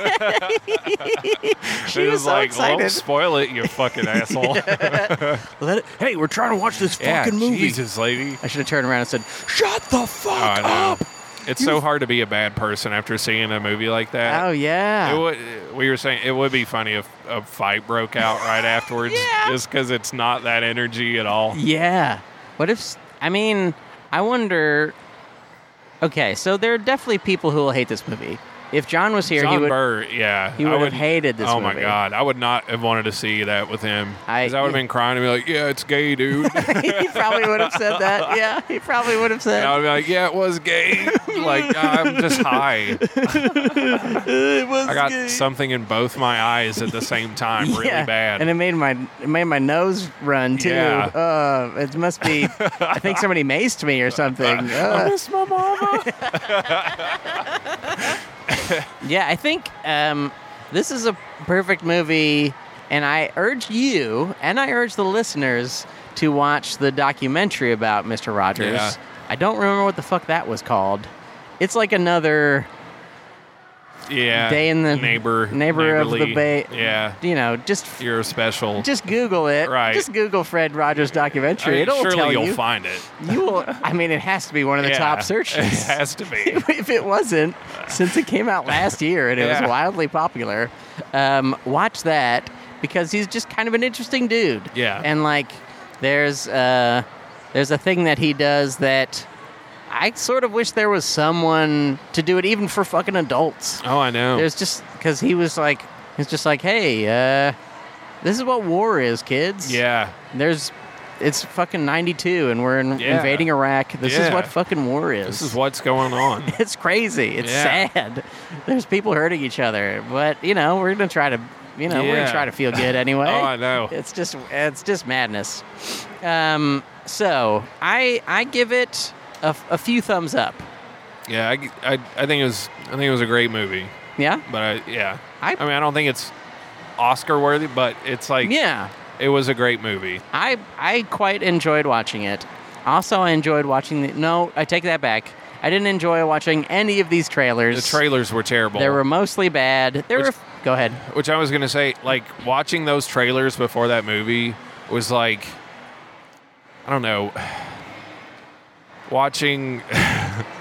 Speaker 1: she
Speaker 2: It
Speaker 1: was, so
Speaker 2: like, "Well,
Speaker 1: excited
Speaker 2: spoil it, you fucking asshole.
Speaker 1: Let it, hey we're trying to watch this
Speaker 2: yeah, Jesus, lady.
Speaker 1: I should have turned around and said shut the fuck
Speaker 2: Oh, I know.
Speaker 1: up
Speaker 2: It's so hard to be a bad person after seeing a movie like
Speaker 1: oh
Speaker 2: that.
Speaker 1: yeah
Speaker 2: It would, we were saying it would be funny if a fight broke out right afterwards,
Speaker 1: Yeah.
Speaker 2: just because it's not that energy at all.
Speaker 1: Yeah. What if? I mean, I wonder. Okay, so there are definitely people who will hate this movie. If John was here,
Speaker 2: John
Speaker 1: he would.
Speaker 2: Burr, yeah,
Speaker 1: he
Speaker 2: I
Speaker 1: would have
Speaker 2: would-
Speaker 1: hated this
Speaker 2: Oh
Speaker 1: movie.
Speaker 2: my god, I would not have wanted to see that with him.
Speaker 1: I-
Speaker 2: 'Cause I, would have been crying and be like, "Yeah, it's gay, dude." and
Speaker 1: he probably would have said that. Yeah, he probably would have said.
Speaker 2: I would be like, "Yeah, it was gay." like I'm just high.
Speaker 1: "Uh, it was
Speaker 2: I got
Speaker 1: gay."
Speaker 2: something in both my eyes at the same time, really
Speaker 1: Yeah,
Speaker 2: bad.
Speaker 1: and it made my it made my nose run too.
Speaker 2: Yeah.
Speaker 1: Uh, it must be. I think somebody maced me or something. Uh.
Speaker 2: I miss my mama.
Speaker 1: Yeah, I think um, this is a perfect movie, and I urge you and I urge the listeners to watch the documentary about Mr. Rogers.
Speaker 2: Yeah.
Speaker 1: I don't remember what the fuck that was called. It's like another.
Speaker 2: yeah,
Speaker 1: Day in the
Speaker 2: neighbor,
Speaker 1: neighbor of the
Speaker 2: neighborly.
Speaker 1: bay-
Speaker 2: Yeah,
Speaker 1: You know, just f-
Speaker 2: you're special.
Speaker 1: just Google it.
Speaker 2: Right.
Speaker 1: Just Google Fred Rogers
Speaker 2: I
Speaker 1: documentary.
Speaker 2: mean,
Speaker 1: It'll
Speaker 2: surely
Speaker 1: tell
Speaker 2: you'll
Speaker 1: you.
Speaker 2: find it.
Speaker 1: you will. I mean, it has to be one of the
Speaker 2: Yeah.
Speaker 1: top searches.
Speaker 2: It has to be.
Speaker 1: if it wasn't, since it came out last year and it
Speaker 2: Yeah.
Speaker 1: was wildly popular, um, watch that because he's just kind of an interesting dude.
Speaker 2: Yeah.
Speaker 1: And like, there's uh, there's a thing that he does that I sort of wish there was someone to do it, even for fucking adults.
Speaker 2: Oh, I know.
Speaker 1: There's just because he was like, he's just like, hey, uh, this is what war is, kids.
Speaker 2: yeah,
Speaker 1: There's. It's fucking 92 and we're in,
Speaker 2: Yeah.
Speaker 1: invading Iraq. This is
Speaker 2: Yeah.
Speaker 1: what fucking war is.
Speaker 2: this is what's going on.
Speaker 1: It's crazy. It's
Speaker 2: Yeah.
Speaker 1: sad. There's people hurting each other, but you know we're gonna try to, you know, we're
Speaker 2: Yeah.
Speaker 1: gonna try to feel good anyway.
Speaker 2: Oh, I know.
Speaker 1: It's just, it's just madness. Um, so I, I give it a, a few thumbs up.
Speaker 2: Yeah, I, g- I- I think it was I think it was a great movie,
Speaker 1: Yeah,
Speaker 2: but I, yeah,
Speaker 1: I-
Speaker 2: mean I don't think it's Oscar worthy, but it's like
Speaker 1: yeah.
Speaker 2: it was a great movie.
Speaker 1: I, I quite enjoyed watching it. Also, I enjoyed watching the. No, I take that back. I didn't enjoy watching any of these trailers.
Speaker 2: The trailers were terrible.
Speaker 1: They were mostly bad. There
Speaker 2: Which-
Speaker 1: were. Go ahead.
Speaker 2: which I was gonna say, like watching those trailers before that movie was like, I don't know, watching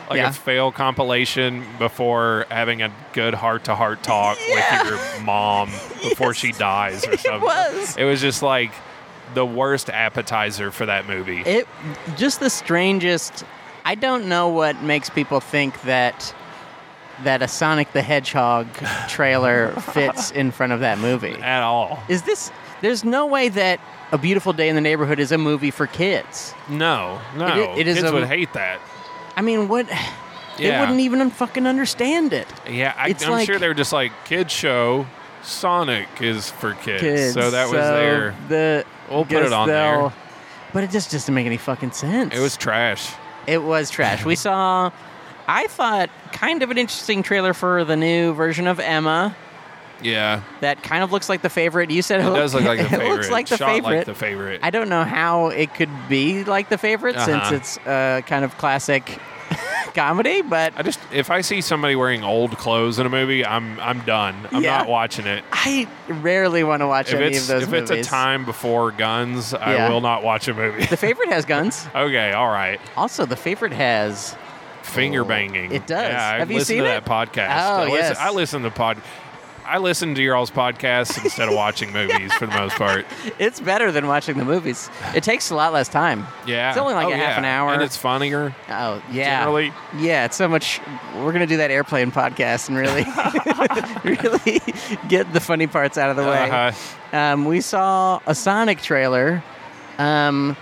Speaker 2: like
Speaker 1: Yeah.
Speaker 2: a fail compilation before having a good heart to heart talk with your mom before she dies or something.
Speaker 1: was.
Speaker 2: It was just like the worst appetizer for that movie.
Speaker 1: It just the strangest. I don't know what makes people think that that a Sonic the Hedgehog trailer fits in front of that movie.
Speaker 2: at all.
Speaker 1: Is this? There's no way that A Beautiful Day in the Neighborhood is a movie for kids.
Speaker 2: No, no.
Speaker 1: It- it is
Speaker 2: Kids
Speaker 1: a-
Speaker 2: would hate that.
Speaker 1: I mean, what? They
Speaker 2: Yeah.
Speaker 1: wouldn't even fucking understand it.
Speaker 2: Yeah, I,
Speaker 1: It's
Speaker 2: I'm
Speaker 1: like-
Speaker 2: sure they're just like kid show. Sonic is for kids,
Speaker 1: Kids.
Speaker 2: so that was
Speaker 1: so
Speaker 2: their.
Speaker 1: The
Speaker 2: We'll put it on
Speaker 1: they'll-
Speaker 2: there.
Speaker 1: But it just doesn't make any fucking sense.
Speaker 2: It was trash.
Speaker 1: It was trash. We saw, I thought, kind of an interesting trailer for the new version of Emma.
Speaker 2: Yeah,
Speaker 1: that kind of looks like the favorite. You said it,
Speaker 2: it does look like the
Speaker 1: it
Speaker 2: favorite.
Speaker 1: looks like the
Speaker 2: Shot
Speaker 1: favorite.
Speaker 2: like the favorite.
Speaker 1: I don't know how it could be like the favorite
Speaker 2: Uh-huh.
Speaker 1: since it's uh, kind of classic comedy, but
Speaker 2: I just if I see somebody wearing old clothes in a movie, I'm I'm done. I'm
Speaker 1: Yeah.
Speaker 2: not watching it.
Speaker 1: I rarely want to watch
Speaker 2: if
Speaker 1: any
Speaker 2: it's
Speaker 1: of those
Speaker 2: if
Speaker 1: movies.
Speaker 2: it's a time before guns,
Speaker 1: Yeah.
Speaker 2: I will not watch a movie.
Speaker 1: The favorite has guns.
Speaker 2: okay, all right.
Speaker 1: Also, the favorite has
Speaker 2: Finger banging.
Speaker 1: Oh, It does.
Speaker 2: Yeah, I
Speaker 1: Have you
Speaker 2: listened
Speaker 1: seen
Speaker 2: to
Speaker 1: it?
Speaker 2: that podcast.
Speaker 1: Oh,
Speaker 2: I listen,
Speaker 1: yes.
Speaker 2: I listen to pod. I listen to your all's podcasts instead of watching movies for the most part.
Speaker 1: it's better than watching the movies. It takes a lot less time.
Speaker 2: Yeah,
Speaker 1: It's only like
Speaker 2: Oh,
Speaker 1: a half
Speaker 2: yeah.
Speaker 1: an hour.
Speaker 2: and it's funnier.
Speaker 1: oh yeah,
Speaker 2: generally-
Speaker 1: yeah. It's so much. We're gonna do that airplane podcast and really, really get the funny parts out of the way.
Speaker 2: Uh-huh.
Speaker 1: um, we saw a Sonic trailer. Um,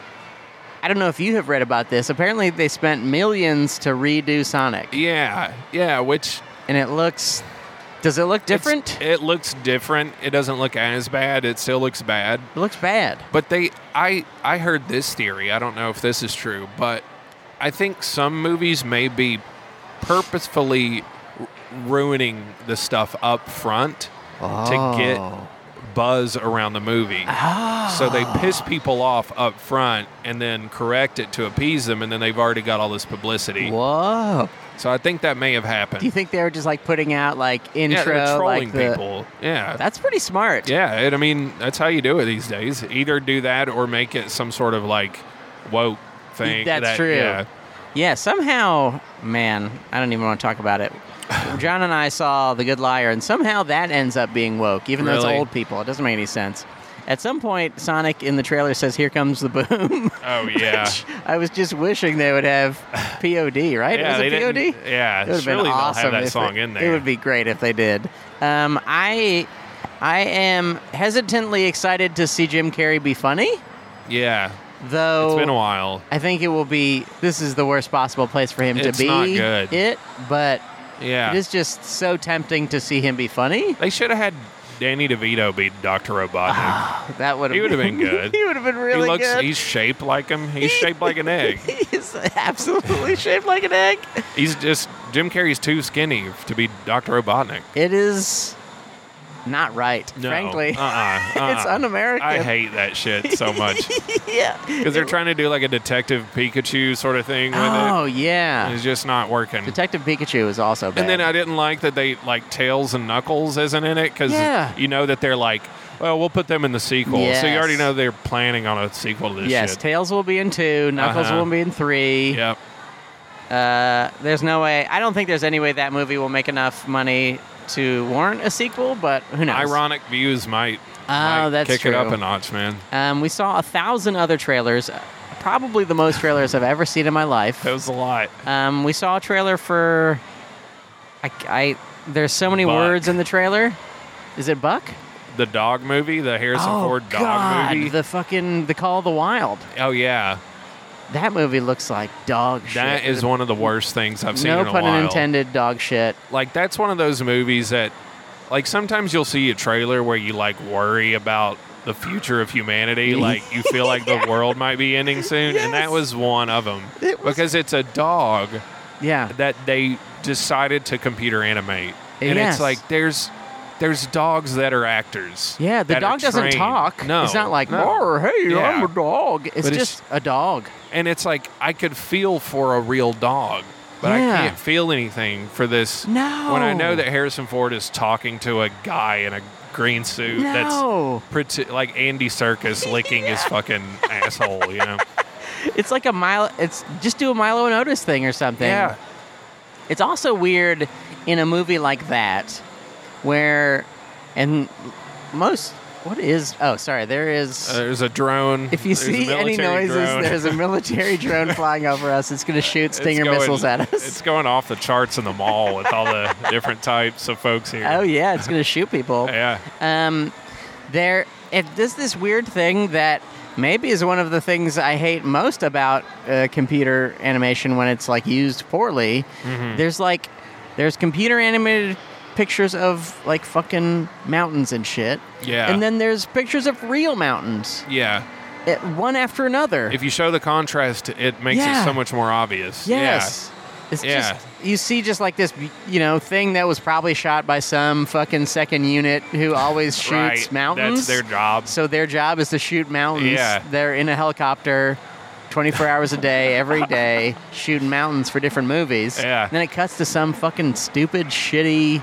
Speaker 1: I don't know if you have read about this. Apparently, they spent millions to redo Sonic,
Speaker 2: Yeah, yeah. Which
Speaker 1: and it looks. Does it look different?
Speaker 2: It's- It looks different. It doesn't look as bad. It still looks bad.
Speaker 1: it looks bad.
Speaker 2: But they, I, I heard this theory. I don't know if this is true, but I think some movies may be purposefully r- ruining the stuff up front to
Speaker 1: Oh.
Speaker 2: get buzz around the movie. So they
Speaker 1: Ah.
Speaker 2: piss people off up front and then correct it to appease them, and then they've already got all this publicity.
Speaker 1: Whoa!
Speaker 2: So I think that may have happened.
Speaker 1: Do you think they were just like putting out like
Speaker 2: yeah,
Speaker 1: intro,
Speaker 2: they're trolling
Speaker 1: like the?
Speaker 2: people. Yeah,
Speaker 1: That's pretty smart.
Speaker 2: Yeah, it, I mean that's how you do it these days. Either do that or make it some sort of like woke thing.
Speaker 1: That's
Speaker 2: that-
Speaker 1: true.
Speaker 2: Yeah,
Speaker 1: Yeah, somehow, man, I don't even want to talk about it. John and I saw The Good Liar, and somehow that ends up being woke, even though
Speaker 2: Really?
Speaker 1: it's old people. It doesn't make any sense. At some point, Sonic in the trailer says, Here comes the boom.
Speaker 2: Oh yeah.
Speaker 1: I was just wishing they would have POD, right?
Speaker 2: yeah,
Speaker 1: was
Speaker 2: they
Speaker 1: it POD?
Speaker 2: didn't- Yeah,
Speaker 1: It would have
Speaker 2: surely
Speaker 1: been awesome.
Speaker 2: they'll have that
Speaker 1: if
Speaker 2: song
Speaker 1: it,
Speaker 2: in
Speaker 1: It
Speaker 2: there.
Speaker 1: would be great if they did. Um, I, I am hesitantly excited to see Jim Carrey be funny,
Speaker 2: yeah,
Speaker 1: though.
Speaker 2: it's been a
Speaker 1: Oh.
Speaker 2: while.
Speaker 1: I think it will be. This is the worst possible place for him
Speaker 2: It's
Speaker 1: to be.
Speaker 2: not good.
Speaker 1: It, but
Speaker 2: Yeah,
Speaker 1: it is just so tempting to see him be funny.
Speaker 2: they should have had Danny DeVito be Doctor Robotnik.
Speaker 1: That would
Speaker 2: He would've been good.
Speaker 1: he would have been Ah, really
Speaker 2: he looks.
Speaker 1: good.
Speaker 2: He's shaped like him. He's shaped like an egg.
Speaker 1: He's absolutely shaped like an egg.
Speaker 2: He's just Jim Carrey's too skinny to be Doctor Robotnik.
Speaker 1: It is. not right.
Speaker 2: No.
Speaker 1: Frankly,
Speaker 2: Uh-uh, uh-uh.
Speaker 1: it's un-American.
Speaker 2: I hate that shit so much
Speaker 1: yeah,
Speaker 2: because they're trying to do like a Detective Pikachu sort of thing with
Speaker 1: Oh
Speaker 2: it.
Speaker 1: yeah,
Speaker 2: It's just not working.
Speaker 1: Detective Pikachu is also bad.
Speaker 2: and then I didn't like that they like Tails and Knuckles isn't in it because
Speaker 1: Yeah.
Speaker 2: you know that they're like, well, we'll put them in the sequel. So you already
Speaker 1: Yes.
Speaker 2: know they're planning on a sequel to this
Speaker 1: yes,
Speaker 2: shit.
Speaker 1: Tails will be in two, Knuckles
Speaker 2: Uh-huh.
Speaker 1: will be in three.
Speaker 2: yep.
Speaker 1: Uh, there's no way. I don't think there's any way that movie will make enough money to warrant a sequel, but who knows?
Speaker 2: Ironic views might,
Speaker 1: Oh,
Speaker 2: might
Speaker 1: that's
Speaker 2: kick it up
Speaker 1: true.
Speaker 2: a notch, man.
Speaker 1: Um, we saw a thousand other trailers, probably the most trailers I've ever seen in my life.
Speaker 2: That was a lot.
Speaker 1: Um, we saw a trailer for. I, I- there's so many
Speaker 2: Buck.
Speaker 1: words in the trailer. Is it Buck?
Speaker 2: The dog movie, the Harrison
Speaker 1: oh
Speaker 2: Ford dog
Speaker 1: God!
Speaker 2: movie.
Speaker 1: The fucking the Call of the Wild.
Speaker 2: oh yeah,
Speaker 1: That movie looks like dog shit.
Speaker 2: that is one of the worst things I've seen
Speaker 1: no
Speaker 2: in a
Speaker 1: pun
Speaker 2: while.
Speaker 1: intended. Dog shit.
Speaker 2: Like that's one of those movies that, like sometimes you'll see a trailer where you like worry about the future of humanity. like you feel like the world might be ending soon, and that
Speaker 1: Yes.
Speaker 2: was one of them
Speaker 1: It was-
Speaker 2: because it's a dog
Speaker 1: Yeah.
Speaker 2: that they decided to computer animate, and
Speaker 1: Yes.
Speaker 2: it's like there's. There's dogs that are actors.
Speaker 1: Yeah, the
Speaker 2: that are
Speaker 1: dog doesn't
Speaker 2: trained.
Speaker 1: talk.
Speaker 2: No,
Speaker 1: it's not like,
Speaker 2: no.
Speaker 1: "Roar, hey,
Speaker 2: Yeah.
Speaker 1: I'm a dog." It's
Speaker 2: But it's-
Speaker 1: just a dog.
Speaker 2: and it's like I could feel for a real dog, but
Speaker 1: Yeah.
Speaker 2: I can't feel anything for this.
Speaker 1: No.
Speaker 2: When I know that Harrison Ford is talking to a guy in a green suit
Speaker 1: No.
Speaker 2: that's pretty, like Andy Circus licking his fucking asshole, you know?
Speaker 1: It's like a Milo. It's just do a Milo and Otis thing or something. It's also weird in a movie like that, where, and most what is? Oh, sorry, there is.
Speaker 2: Uh, there's a drone.
Speaker 1: if you
Speaker 2: There's a
Speaker 1: see any
Speaker 2: military
Speaker 1: noises,
Speaker 2: drone.
Speaker 1: there's a military drone flying over us. It's going to shoot
Speaker 2: It's
Speaker 1: Stinger
Speaker 2: going-
Speaker 1: missiles at
Speaker 2: It's
Speaker 1: us.
Speaker 2: going off the charts in the mall with all the different types of folks here.
Speaker 1: Oh yeah, it's going to shoot people.
Speaker 2: yeah.
Speaker 1: um, there it does this weird thing that maybe is one of the things I hate most about uh, computer animation when it's like used poorly.
Speaker 2: Mm-hmm.
Speaker 1: There's like there's computer animated pictures of like fucking mountains and shit.
Speaker 2: Yeah.
Speaker 1: And then there's pictures of real mountains,
Speaker 2: Yeah.
Speaker 1: uh, one after another.
Speaker 2: If you show the contrast, it makes
Speaker 1: Yeah.
Speaker 2: it so much more obvious. Yeah.
Speaker 1: Yes. It's
Speaker 2: Yeah.
Speaker 1: just you see just like this you know thing that was probably shot by some fucking second unit who always shoots
Speaker 2: right.
Speaker 1: mountains.
Speaker 2: That's their job.
Speaker 1: So their job is to shoot mountains.
Speaker 2: Yeah.
Speaker 1: They're in a helicopter 24 hours a day, every day, shooting mountains for different movies.
Speaker 2: Yeah.
Speaker 1: Then it cuts to some fucking stupid, shitty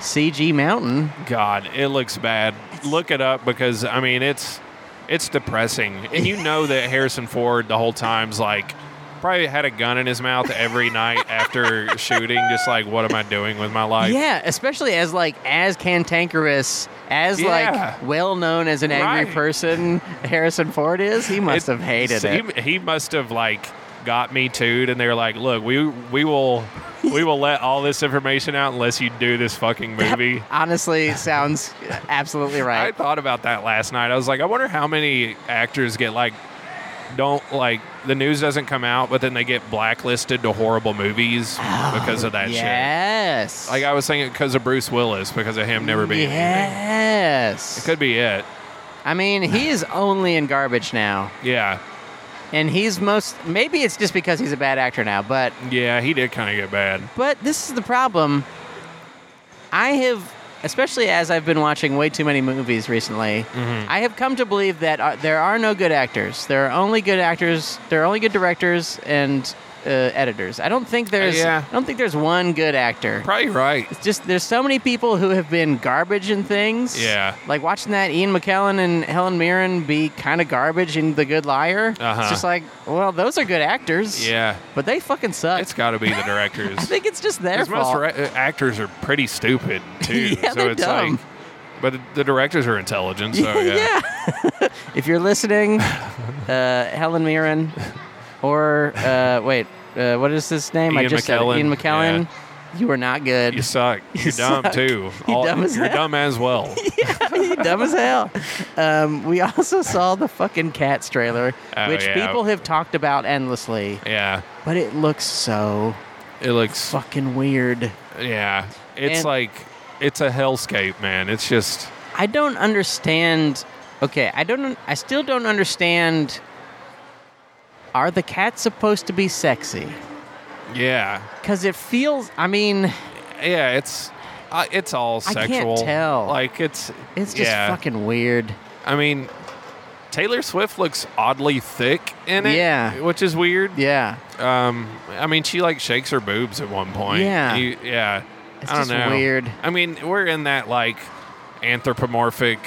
Speaker 1: CG mountain.
Speaker 2: God, it looks bad. Look it up because I mean it's it's depressing, and you know that Harrison Ford the whole time's like probably had a gun in his mouth every night after shooting, just like what am I doing with my life?
Speaker 1: yeah, especially as like as cantankerous, as
Speaker 2: Yeah.
Speaker 1: like well known as an angry
Speaker 2: Right.
Speaker 1: person Harrison Ford is, he must
Speaker 2: It-
Speaker 1: have hated
Speaker 2: so
Speaker 1: it.
Speaker 2: He, he must have like got me tooed, and they're like, "Look, we we will we will let all this information out unless you do this fucking movie."
Speaker 1: Honestly, sounds absolutely
Speaker 2: I
Speaker 1: right.
Speaker 2: thought about that last night. I was like, I wonder how many actors get like don't like the news doesn't come out, but then they get blacklisted to horrible movies because of that shit.
Speaker 1: Oh, yes.
Speaker 2: Like I was saying, because of Bruce Willis, because of him never being.
Speaker 1: Yes.
Speaker 2: Could be it.
Speaker 1: I mean, he is only in garbage now,
Speaker 2: Yeah,
Speaker 1: and he's most. Maybe it's just because he's a bad actor now, but
Speaker 2: yeah, he did kind of get bad.
Speaker 1: but this is the problem. I have, especially as I've been watching way too many movies recently, I have come to believe that uh, there are no good actors. There are only good actors. There are only good directors and uh, editors. I don't think there's.
Speaker 2: yeah.
Speaker 1: I don't think there's one good actor.
Speaker 2: Probably right.
Speaker 1: It's just there's so many people who have been garbage in things.
Speaker 2: Yeah.
Speaker 1: Like watching that Ian McKellen and Helen Mirren be kind of garbage in The Good Liar.
Speaker 2: Uh-huh.
Speaker 1: It's just like, well, those are good actors.
Speaker 2: Yeah,
Speaker 1: But they fucking suck.
Speaker 2: it's got to be the directors.
Speaker 1: I think it's just their
Speaker 2: 'Cause most
Speaker 1: fault.
Speaker 2: ra- actors are pretty stupid too.
Speaker 1: Yeah,
Speaker 2: so
Speaker 1: they're
Speaker 2: it's
Speaker 1: dumb.
Speaker 2: like, but the directors are intelligent. So yeah.
Speaker 1: yeah. if you're listening, uh, Helen Mirren or uh, wait, uh, what is this name? I
Speaker 2: Ian
Speaker 1: just said it.
Speaker 2: McKellen.
Speaker 1: Ian McKellen. You are not good.
Speaker 2: You suck. You're dumb
Speaker 1: suck.
Speaker 2: too.
Speaker 1: You dumb as
Speaker 2: you're
Speaker 1: hell.
Speaker 2: dumb as well.
Speaker 1: You dumb as hell. Um, we also saw the fucking Cats trailer,
Speaker 2: Oh,
Speaker 1: which
Speaker 2: yeah.
Speaker 1: people have talked about endlessly,
Speaker 2: yeah.
Speaker 1: but it looks so
Speaker 2: It looks
Speaker 1: fucking weird.
Speaker 2: yeah. It's
Speaker 1: And-
Speaker 2: like it's a hellscape, man. It's just
Speaker 1: I don't understand. Okay, I don't. I still don't understand. Are the cats supposed to be sexy?
Speaker 2: yeah.
Speaker 1: Because it feels. I mean,
Speaker 2: Yeah, it's Uh, it's all
Speaker 1: I can't
Speaker 2: sexual.
Speaker 1: tell.
Speaker 2: Like it's
Speaker 1: It's just
Speaker 2: yeah.
Speaker 1: fucking weird.
Speaker 2: I mean, Taylor Swift looks oddly thick in it.
Speaker 1: Yeah.
Speaker 2: which is weird.
Speaker 1: Yeah.
Speaker 2: Um, I mean, she like shakes her boobs at one point.
Speaker 1: Yeah.
Speaker 2: You- yeah.
Speaker 1: It's
Speaker 2: I don't
Speaker 1: just
Speaker 2: know.
Speaker 1: weird.
Speaker 2: I mean, we're in that like anthropomorphic,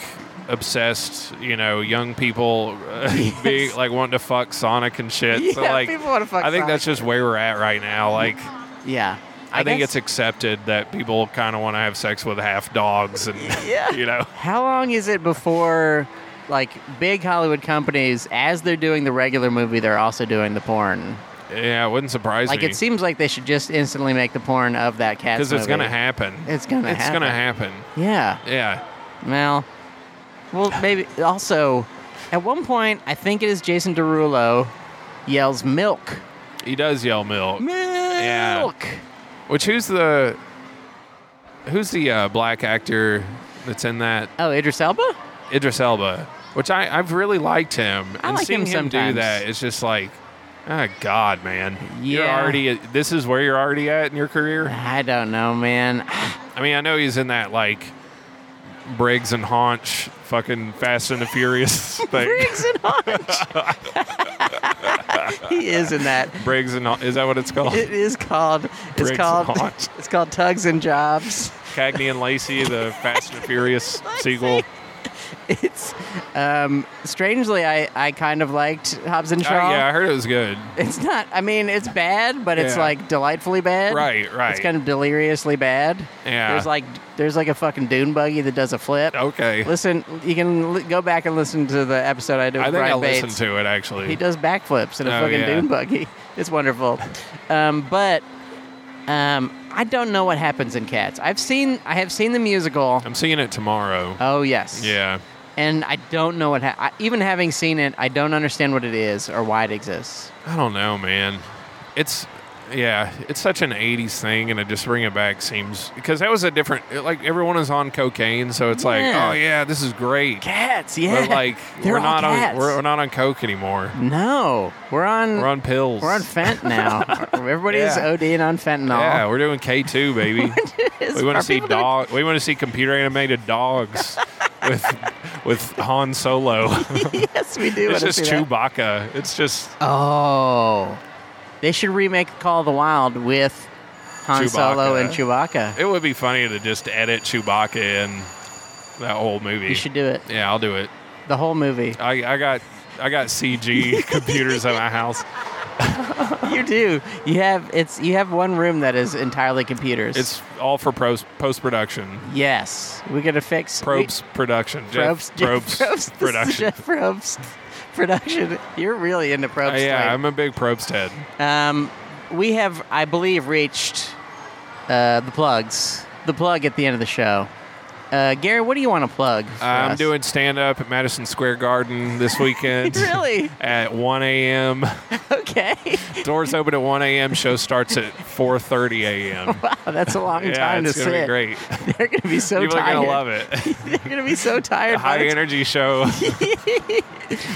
Speaker 2: obsessed, you know, young people uh,
Speaker 1: Yes.
Speaker 2: being like wanting to fuck Sonic and shit. so
Speaker 1: Yeah,
Speaker 2: like,
Speaker 1: people wanna fuck
Speaker 2: I think that's
Speaker 1: Sonic.
Speaker 2: just where we're at right now. Like,
Speaker 1: Yeah.
Speaker 2: I, think
Speaker 1: guess-
Speaker 2: it's accepted that people kind of want to have sex with half dogs and
Speaker 1: Yeah.
Speaker 2: you know.
Speaker 1: How long is it before, like, big Hollywood companies, as they're doing the regular movie, they're also doing the porn?
Speaker 2: Yeah, it wouldn't surprise
Speaker 1: Like,
Speaker 2: me.
Speaker 1: it seems like they should just instantly make the porn of that cat.
Speaker 2: because it's gonna happen.
Speaker 1: It's gonna
Speaker 2: It's gonna happen.
Speaker 1: Yeah.
Speaker 2: Yeah.
Speaker 1: Well, well, maybe. Also, at one point, I think it is Jason Derulo yells milk.
Speaker 2: He does yell milk.
Speaker 1: Milk.
Speaker 2: Which who's the who's the uh, black actor that's in that
Speaker 1: Oh, Idris Elba.
Speaker 2: Idris Elba? Which I I've really liked him.
Speaker 1: I
Speaker 2: and
Speaker 1: like
Speaker 2: seeing
Speaker 1: him
Speaker 2: do
Speaker 1: sometimes.
Speaker 2: that, it's just like, ah, God, man, you're
Speaker 1: Yeah.
Speaker 2: already at, this is where you're already at in your career.
Speaker 1: I don't know, man.
Speaker 2: I mean, I know he's in that like Briggs and Haunch, fucking Fast and the Furious thing.
Speaker 1: Briggs and Hodge. he is in that.
Speaker 2: Briggs and Haunch, is that what it's called?
Speaker 1: It is called. It's
Speaker 2: Briggs and
Speaker 1: called.
Speaker 2: Hodge.
Speaker 1: It's called Tugs and Jobs.
Speaker 2: Cagney and Lacey, the Fast and the Furious sequel.
Speaker 1: It's um, strangely, I, I kind of liked Hobbs and
Speaker 2: Uh,
Speaker 1: Shaw.
Speaker 2: yeah, I heard it was good.
Speaker 1: It's not. I mean, it's bad, but it's
Speaker 2: Yeah.
Speaker 1: like delightfully bad.
Speaker 2: Right, right.
Speaker 1: It's kind of deliriously bad.
Speaker 2: Yeah.
Speaker 1: There's like there's like a fucking dune buggy that does a flip.
Speaker 2: Okay.
Speaker 1: Listen, you can li- go back and listen to the episode I did
Speaker 2: I
Speaker 1: with
Speaker 2: think I
Speaker 1: Brian Bates.
Speaker 2: listened to it actually.
Speaker 1: He does backflips in a
Speaker 2: Oh,
Speaker 1: fucking
Speaker 2: yeah.
Speaker 1: dune buggy. It's wonderful. Um, but um, I don't know what happens in Cats. I've seen I have seen the musical.
Speaker 2: I'm seeing it tomorrow.
Speaker 1: Oh yes.
Speaker 2: yeah.
Speaker 1: And I don't know what ha- I, even having seen it, I don't understand what it is or why it exists.
Speaker 2: I don't know, man. It's yeah, it's such an 80s thing and to just bring it back seems because that was a different it- like everyone is on cocaine, so it's like,
Speaker 1: Yeah.
Speaker 2: oh yeah, this is great.
Speaker 1: Cats, yeah.
Speaker 2: But like
Speaker 1: They're
Speaker 2: we're
Speaker 1: all
Speaker 2: not
Speaker 1: cats.
Speaker 2: on we're, we're not on coke anymore.
Speaker 1: no, we're on
Speaker 2: We're on pills.
Speaker 1: We're on fent now. Everybody's
Speaker 2: Yeah.
Speaker 1: ODing on fentanyl.
Speaker 2: Yeah, we're doing K2, baby. we want to see dog we want to see computer animated dogs with with Han Solo.
Speaker 1: yes, we do. wanna
Speaker 2: it's
Speaker 1: see
Speaker 2: just
Speaker 1: that.
Speaker 2: Chewbacca. It's just
Speaker 1: Oh, they should remake Call of the Wild with Han Solo
Speaker 2: Chewbacca.
Speaker 1: and Chewbacca.
Speaker 2: It would be funny to just edit Chewbacca in that whole movie.
Speaker 1: You should do it.
Speaker 2: Yeah, I'll do it.
Speaker 1: The whole movie.
Speaker 2: I, I got I got CG computers at my house.
Speaker 1: You do. You have it's. You have one room that is entirely computers.
Speaker 2: It's all for pros, post production.
Speaker 1: yes. We're gonna fix
Speaker 2: Probes production.
Speaker 1: We, probes.
Speaker 2: Jeff, probes,
Speaker 1: probes.
Speaker 2: production.
Speaker 1: Jeff probes. Production. You're really into
Speaker 2: Uh,
Speaker 1: probes.
Speaker 2: yeah,
Speaker 1: lately.
Speaker 2: I'm a big probes head.
Speaker 1: Um, we have, I believe, reached uh, the plugs. The plug at the end of the show. Uh, Gary, what do you want to plug? for
Speaker 2: I'm
Speaker 1: us?
Speaker 2: doing stand up at Madison Square Garden this weekend.
Speaker 1: really
Speaker 2: At 1 a.m.
Speaker 1: okay.
Speaker 2: Doors open at 1 a.m. Show starts at 4:30 a.m.
Speaker 1: wow, that's a long
Speaker 2: Yeah,
Speaker 1: time
Speaker 2: it's
Speaker 1: to
Speaker 2: gonna
Speaker 1: sit.
Speaker 2: be great.
Speaker 1: They're going to be so
Speaker 2: People are
Speaker 1: tired.
Speaker 2: gonna love it.
Speaker 1: They're going to be so tired. by
Speaker 2: High
Speaker 1: the
Speaker 2: energy show.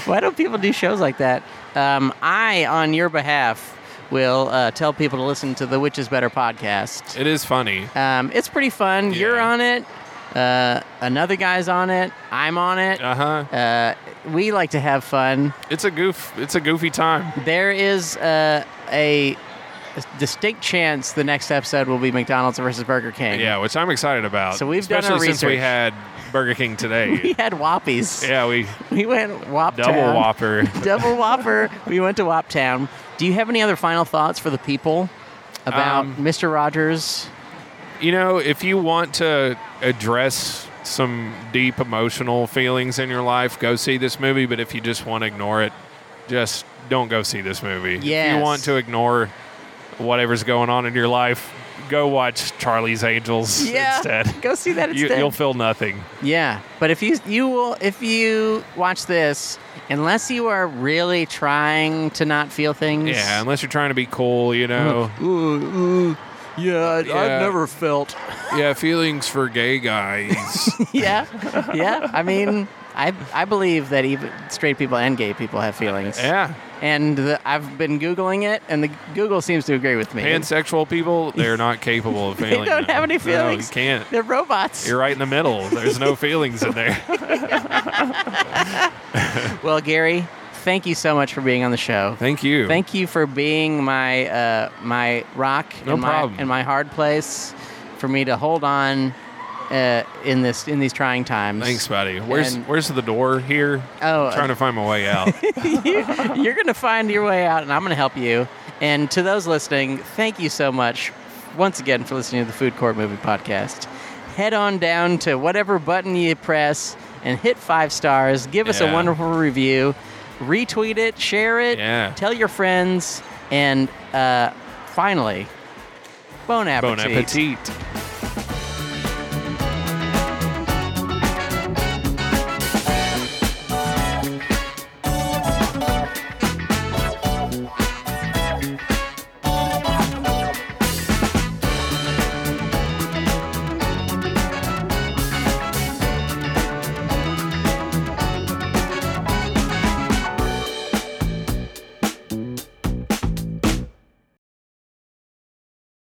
Speaker 1: Why don't people do shows like that? Um, I, on your behalf, will uh, tell people to listen to the Which Is Better podcast.
Speaker 2: It is funny.
Speaker 1: Um, it's pretty fun. You're
Speaker 2: Yeah.
Speaker 1: on it. Uh, another guy's on it. I'm on it.
Speaker 2: Uh huh.
Speaker 1: Uh, we like to have fun.
Speaker 2: It's a goof. It's a goofy time.
Speaker 1: There is uh, a distinct chance the next episode will be McDonald's versus Burger King.
Speaker 2: Yeah, which I'm excited about.
Speaker 1: So we've done
Speaker 2: especially
Speaker 1: our
Speaker 2: since we
Speaker 1: research.
Speaker 2: had Burger King
Speaker 1: We
Speaker 2: today.
Speaker 1: had Whoppies.
Speaker 2: yeah, we
Speaker 1: We went Whop
Speaker 2: double
Speaker 1: Town.
Speaker 2: whopper.
Speaker 1: Double Whopper. We went to Whop Town. Do you have any other final thoughts for the people about
Speaker 2: Um,
Speaker 1: Mr. Rogers?
Speaker 2: You know, if you want to address some deep emotional feelings in your life, go see this movie. But if you just want to ignore it, just don't go see this movie. If
Speaker 1: Yes.
Speaker 2: you want to ignore whatever's going on in your life, go watch Charlie's Angels instead.
Speaker 1: Go see that
Speaker 2: You,
Speaker 1: instead.
Speaker 2: you'll feel nothing.
Speaker 1: Yeah, but if you you will if you watch this, unless you are really trying to not feel things.
Speaker 2: Yeah, unless you're trying to be cool, you know.
Speaker 1: Uh, Ooh, ooh, yeah, I,
Speaker 2: Yeah.
Speaker 1: felt.
Speaker 2: yeah, feelings for gay guys.
Speaker 1: yeah, yeah. I mean, I I believe that even straight people and gay people have feelings.
Speaker 2: Yeah.
Speaker 1: And the, I've been googling it, and the Google seems to agree with me.
Speaker 2: Pansexual people, they're not capable of
Speaker 1: they
Speaker 2: feeling.
Speaker 1: don't
Speaker 2: that.
Speaker 1: have any
Speaker 2: No, you
Speaker 1: feelings.
Speaker 2: can't.
Speaker 1: They're robots.
Speaker 2: You're right in the middle. There's no feelings in there.
Speaker 1: Well, Gary, thank you so much for being on the show.
Speaker 2: Thank you.
Speaker 1: Thank you for being my uh, my rock
Speaker 2: No
Speaker 1: and, my,
Speaker 2: problem.
Speaker 1: and my hard place for me to hold on uh, in this in these trying times.
Speaker 2: Thanks, buddy. Where's
Speaker 1: And-
Speaker 2: where's the door here?
Speaker 1: Oh,
Speaker 2: I'm trying to find my way out.
Speaker 1: You're going to find your way out, and I'm going to help you. And to those listening, thank you so much once again for listening to the Food Court Movie Podcast. Head on down to whatever button you press and hit five stars. Give us
Speaker 2: Yeah.
Speaker 1: a wonderful review. Retweet it, share it,
Speaker 2: Yeah.
Speaker 1: tell your friends, and uh, finally, bon appetit.
Speaker 2: Bon appetit.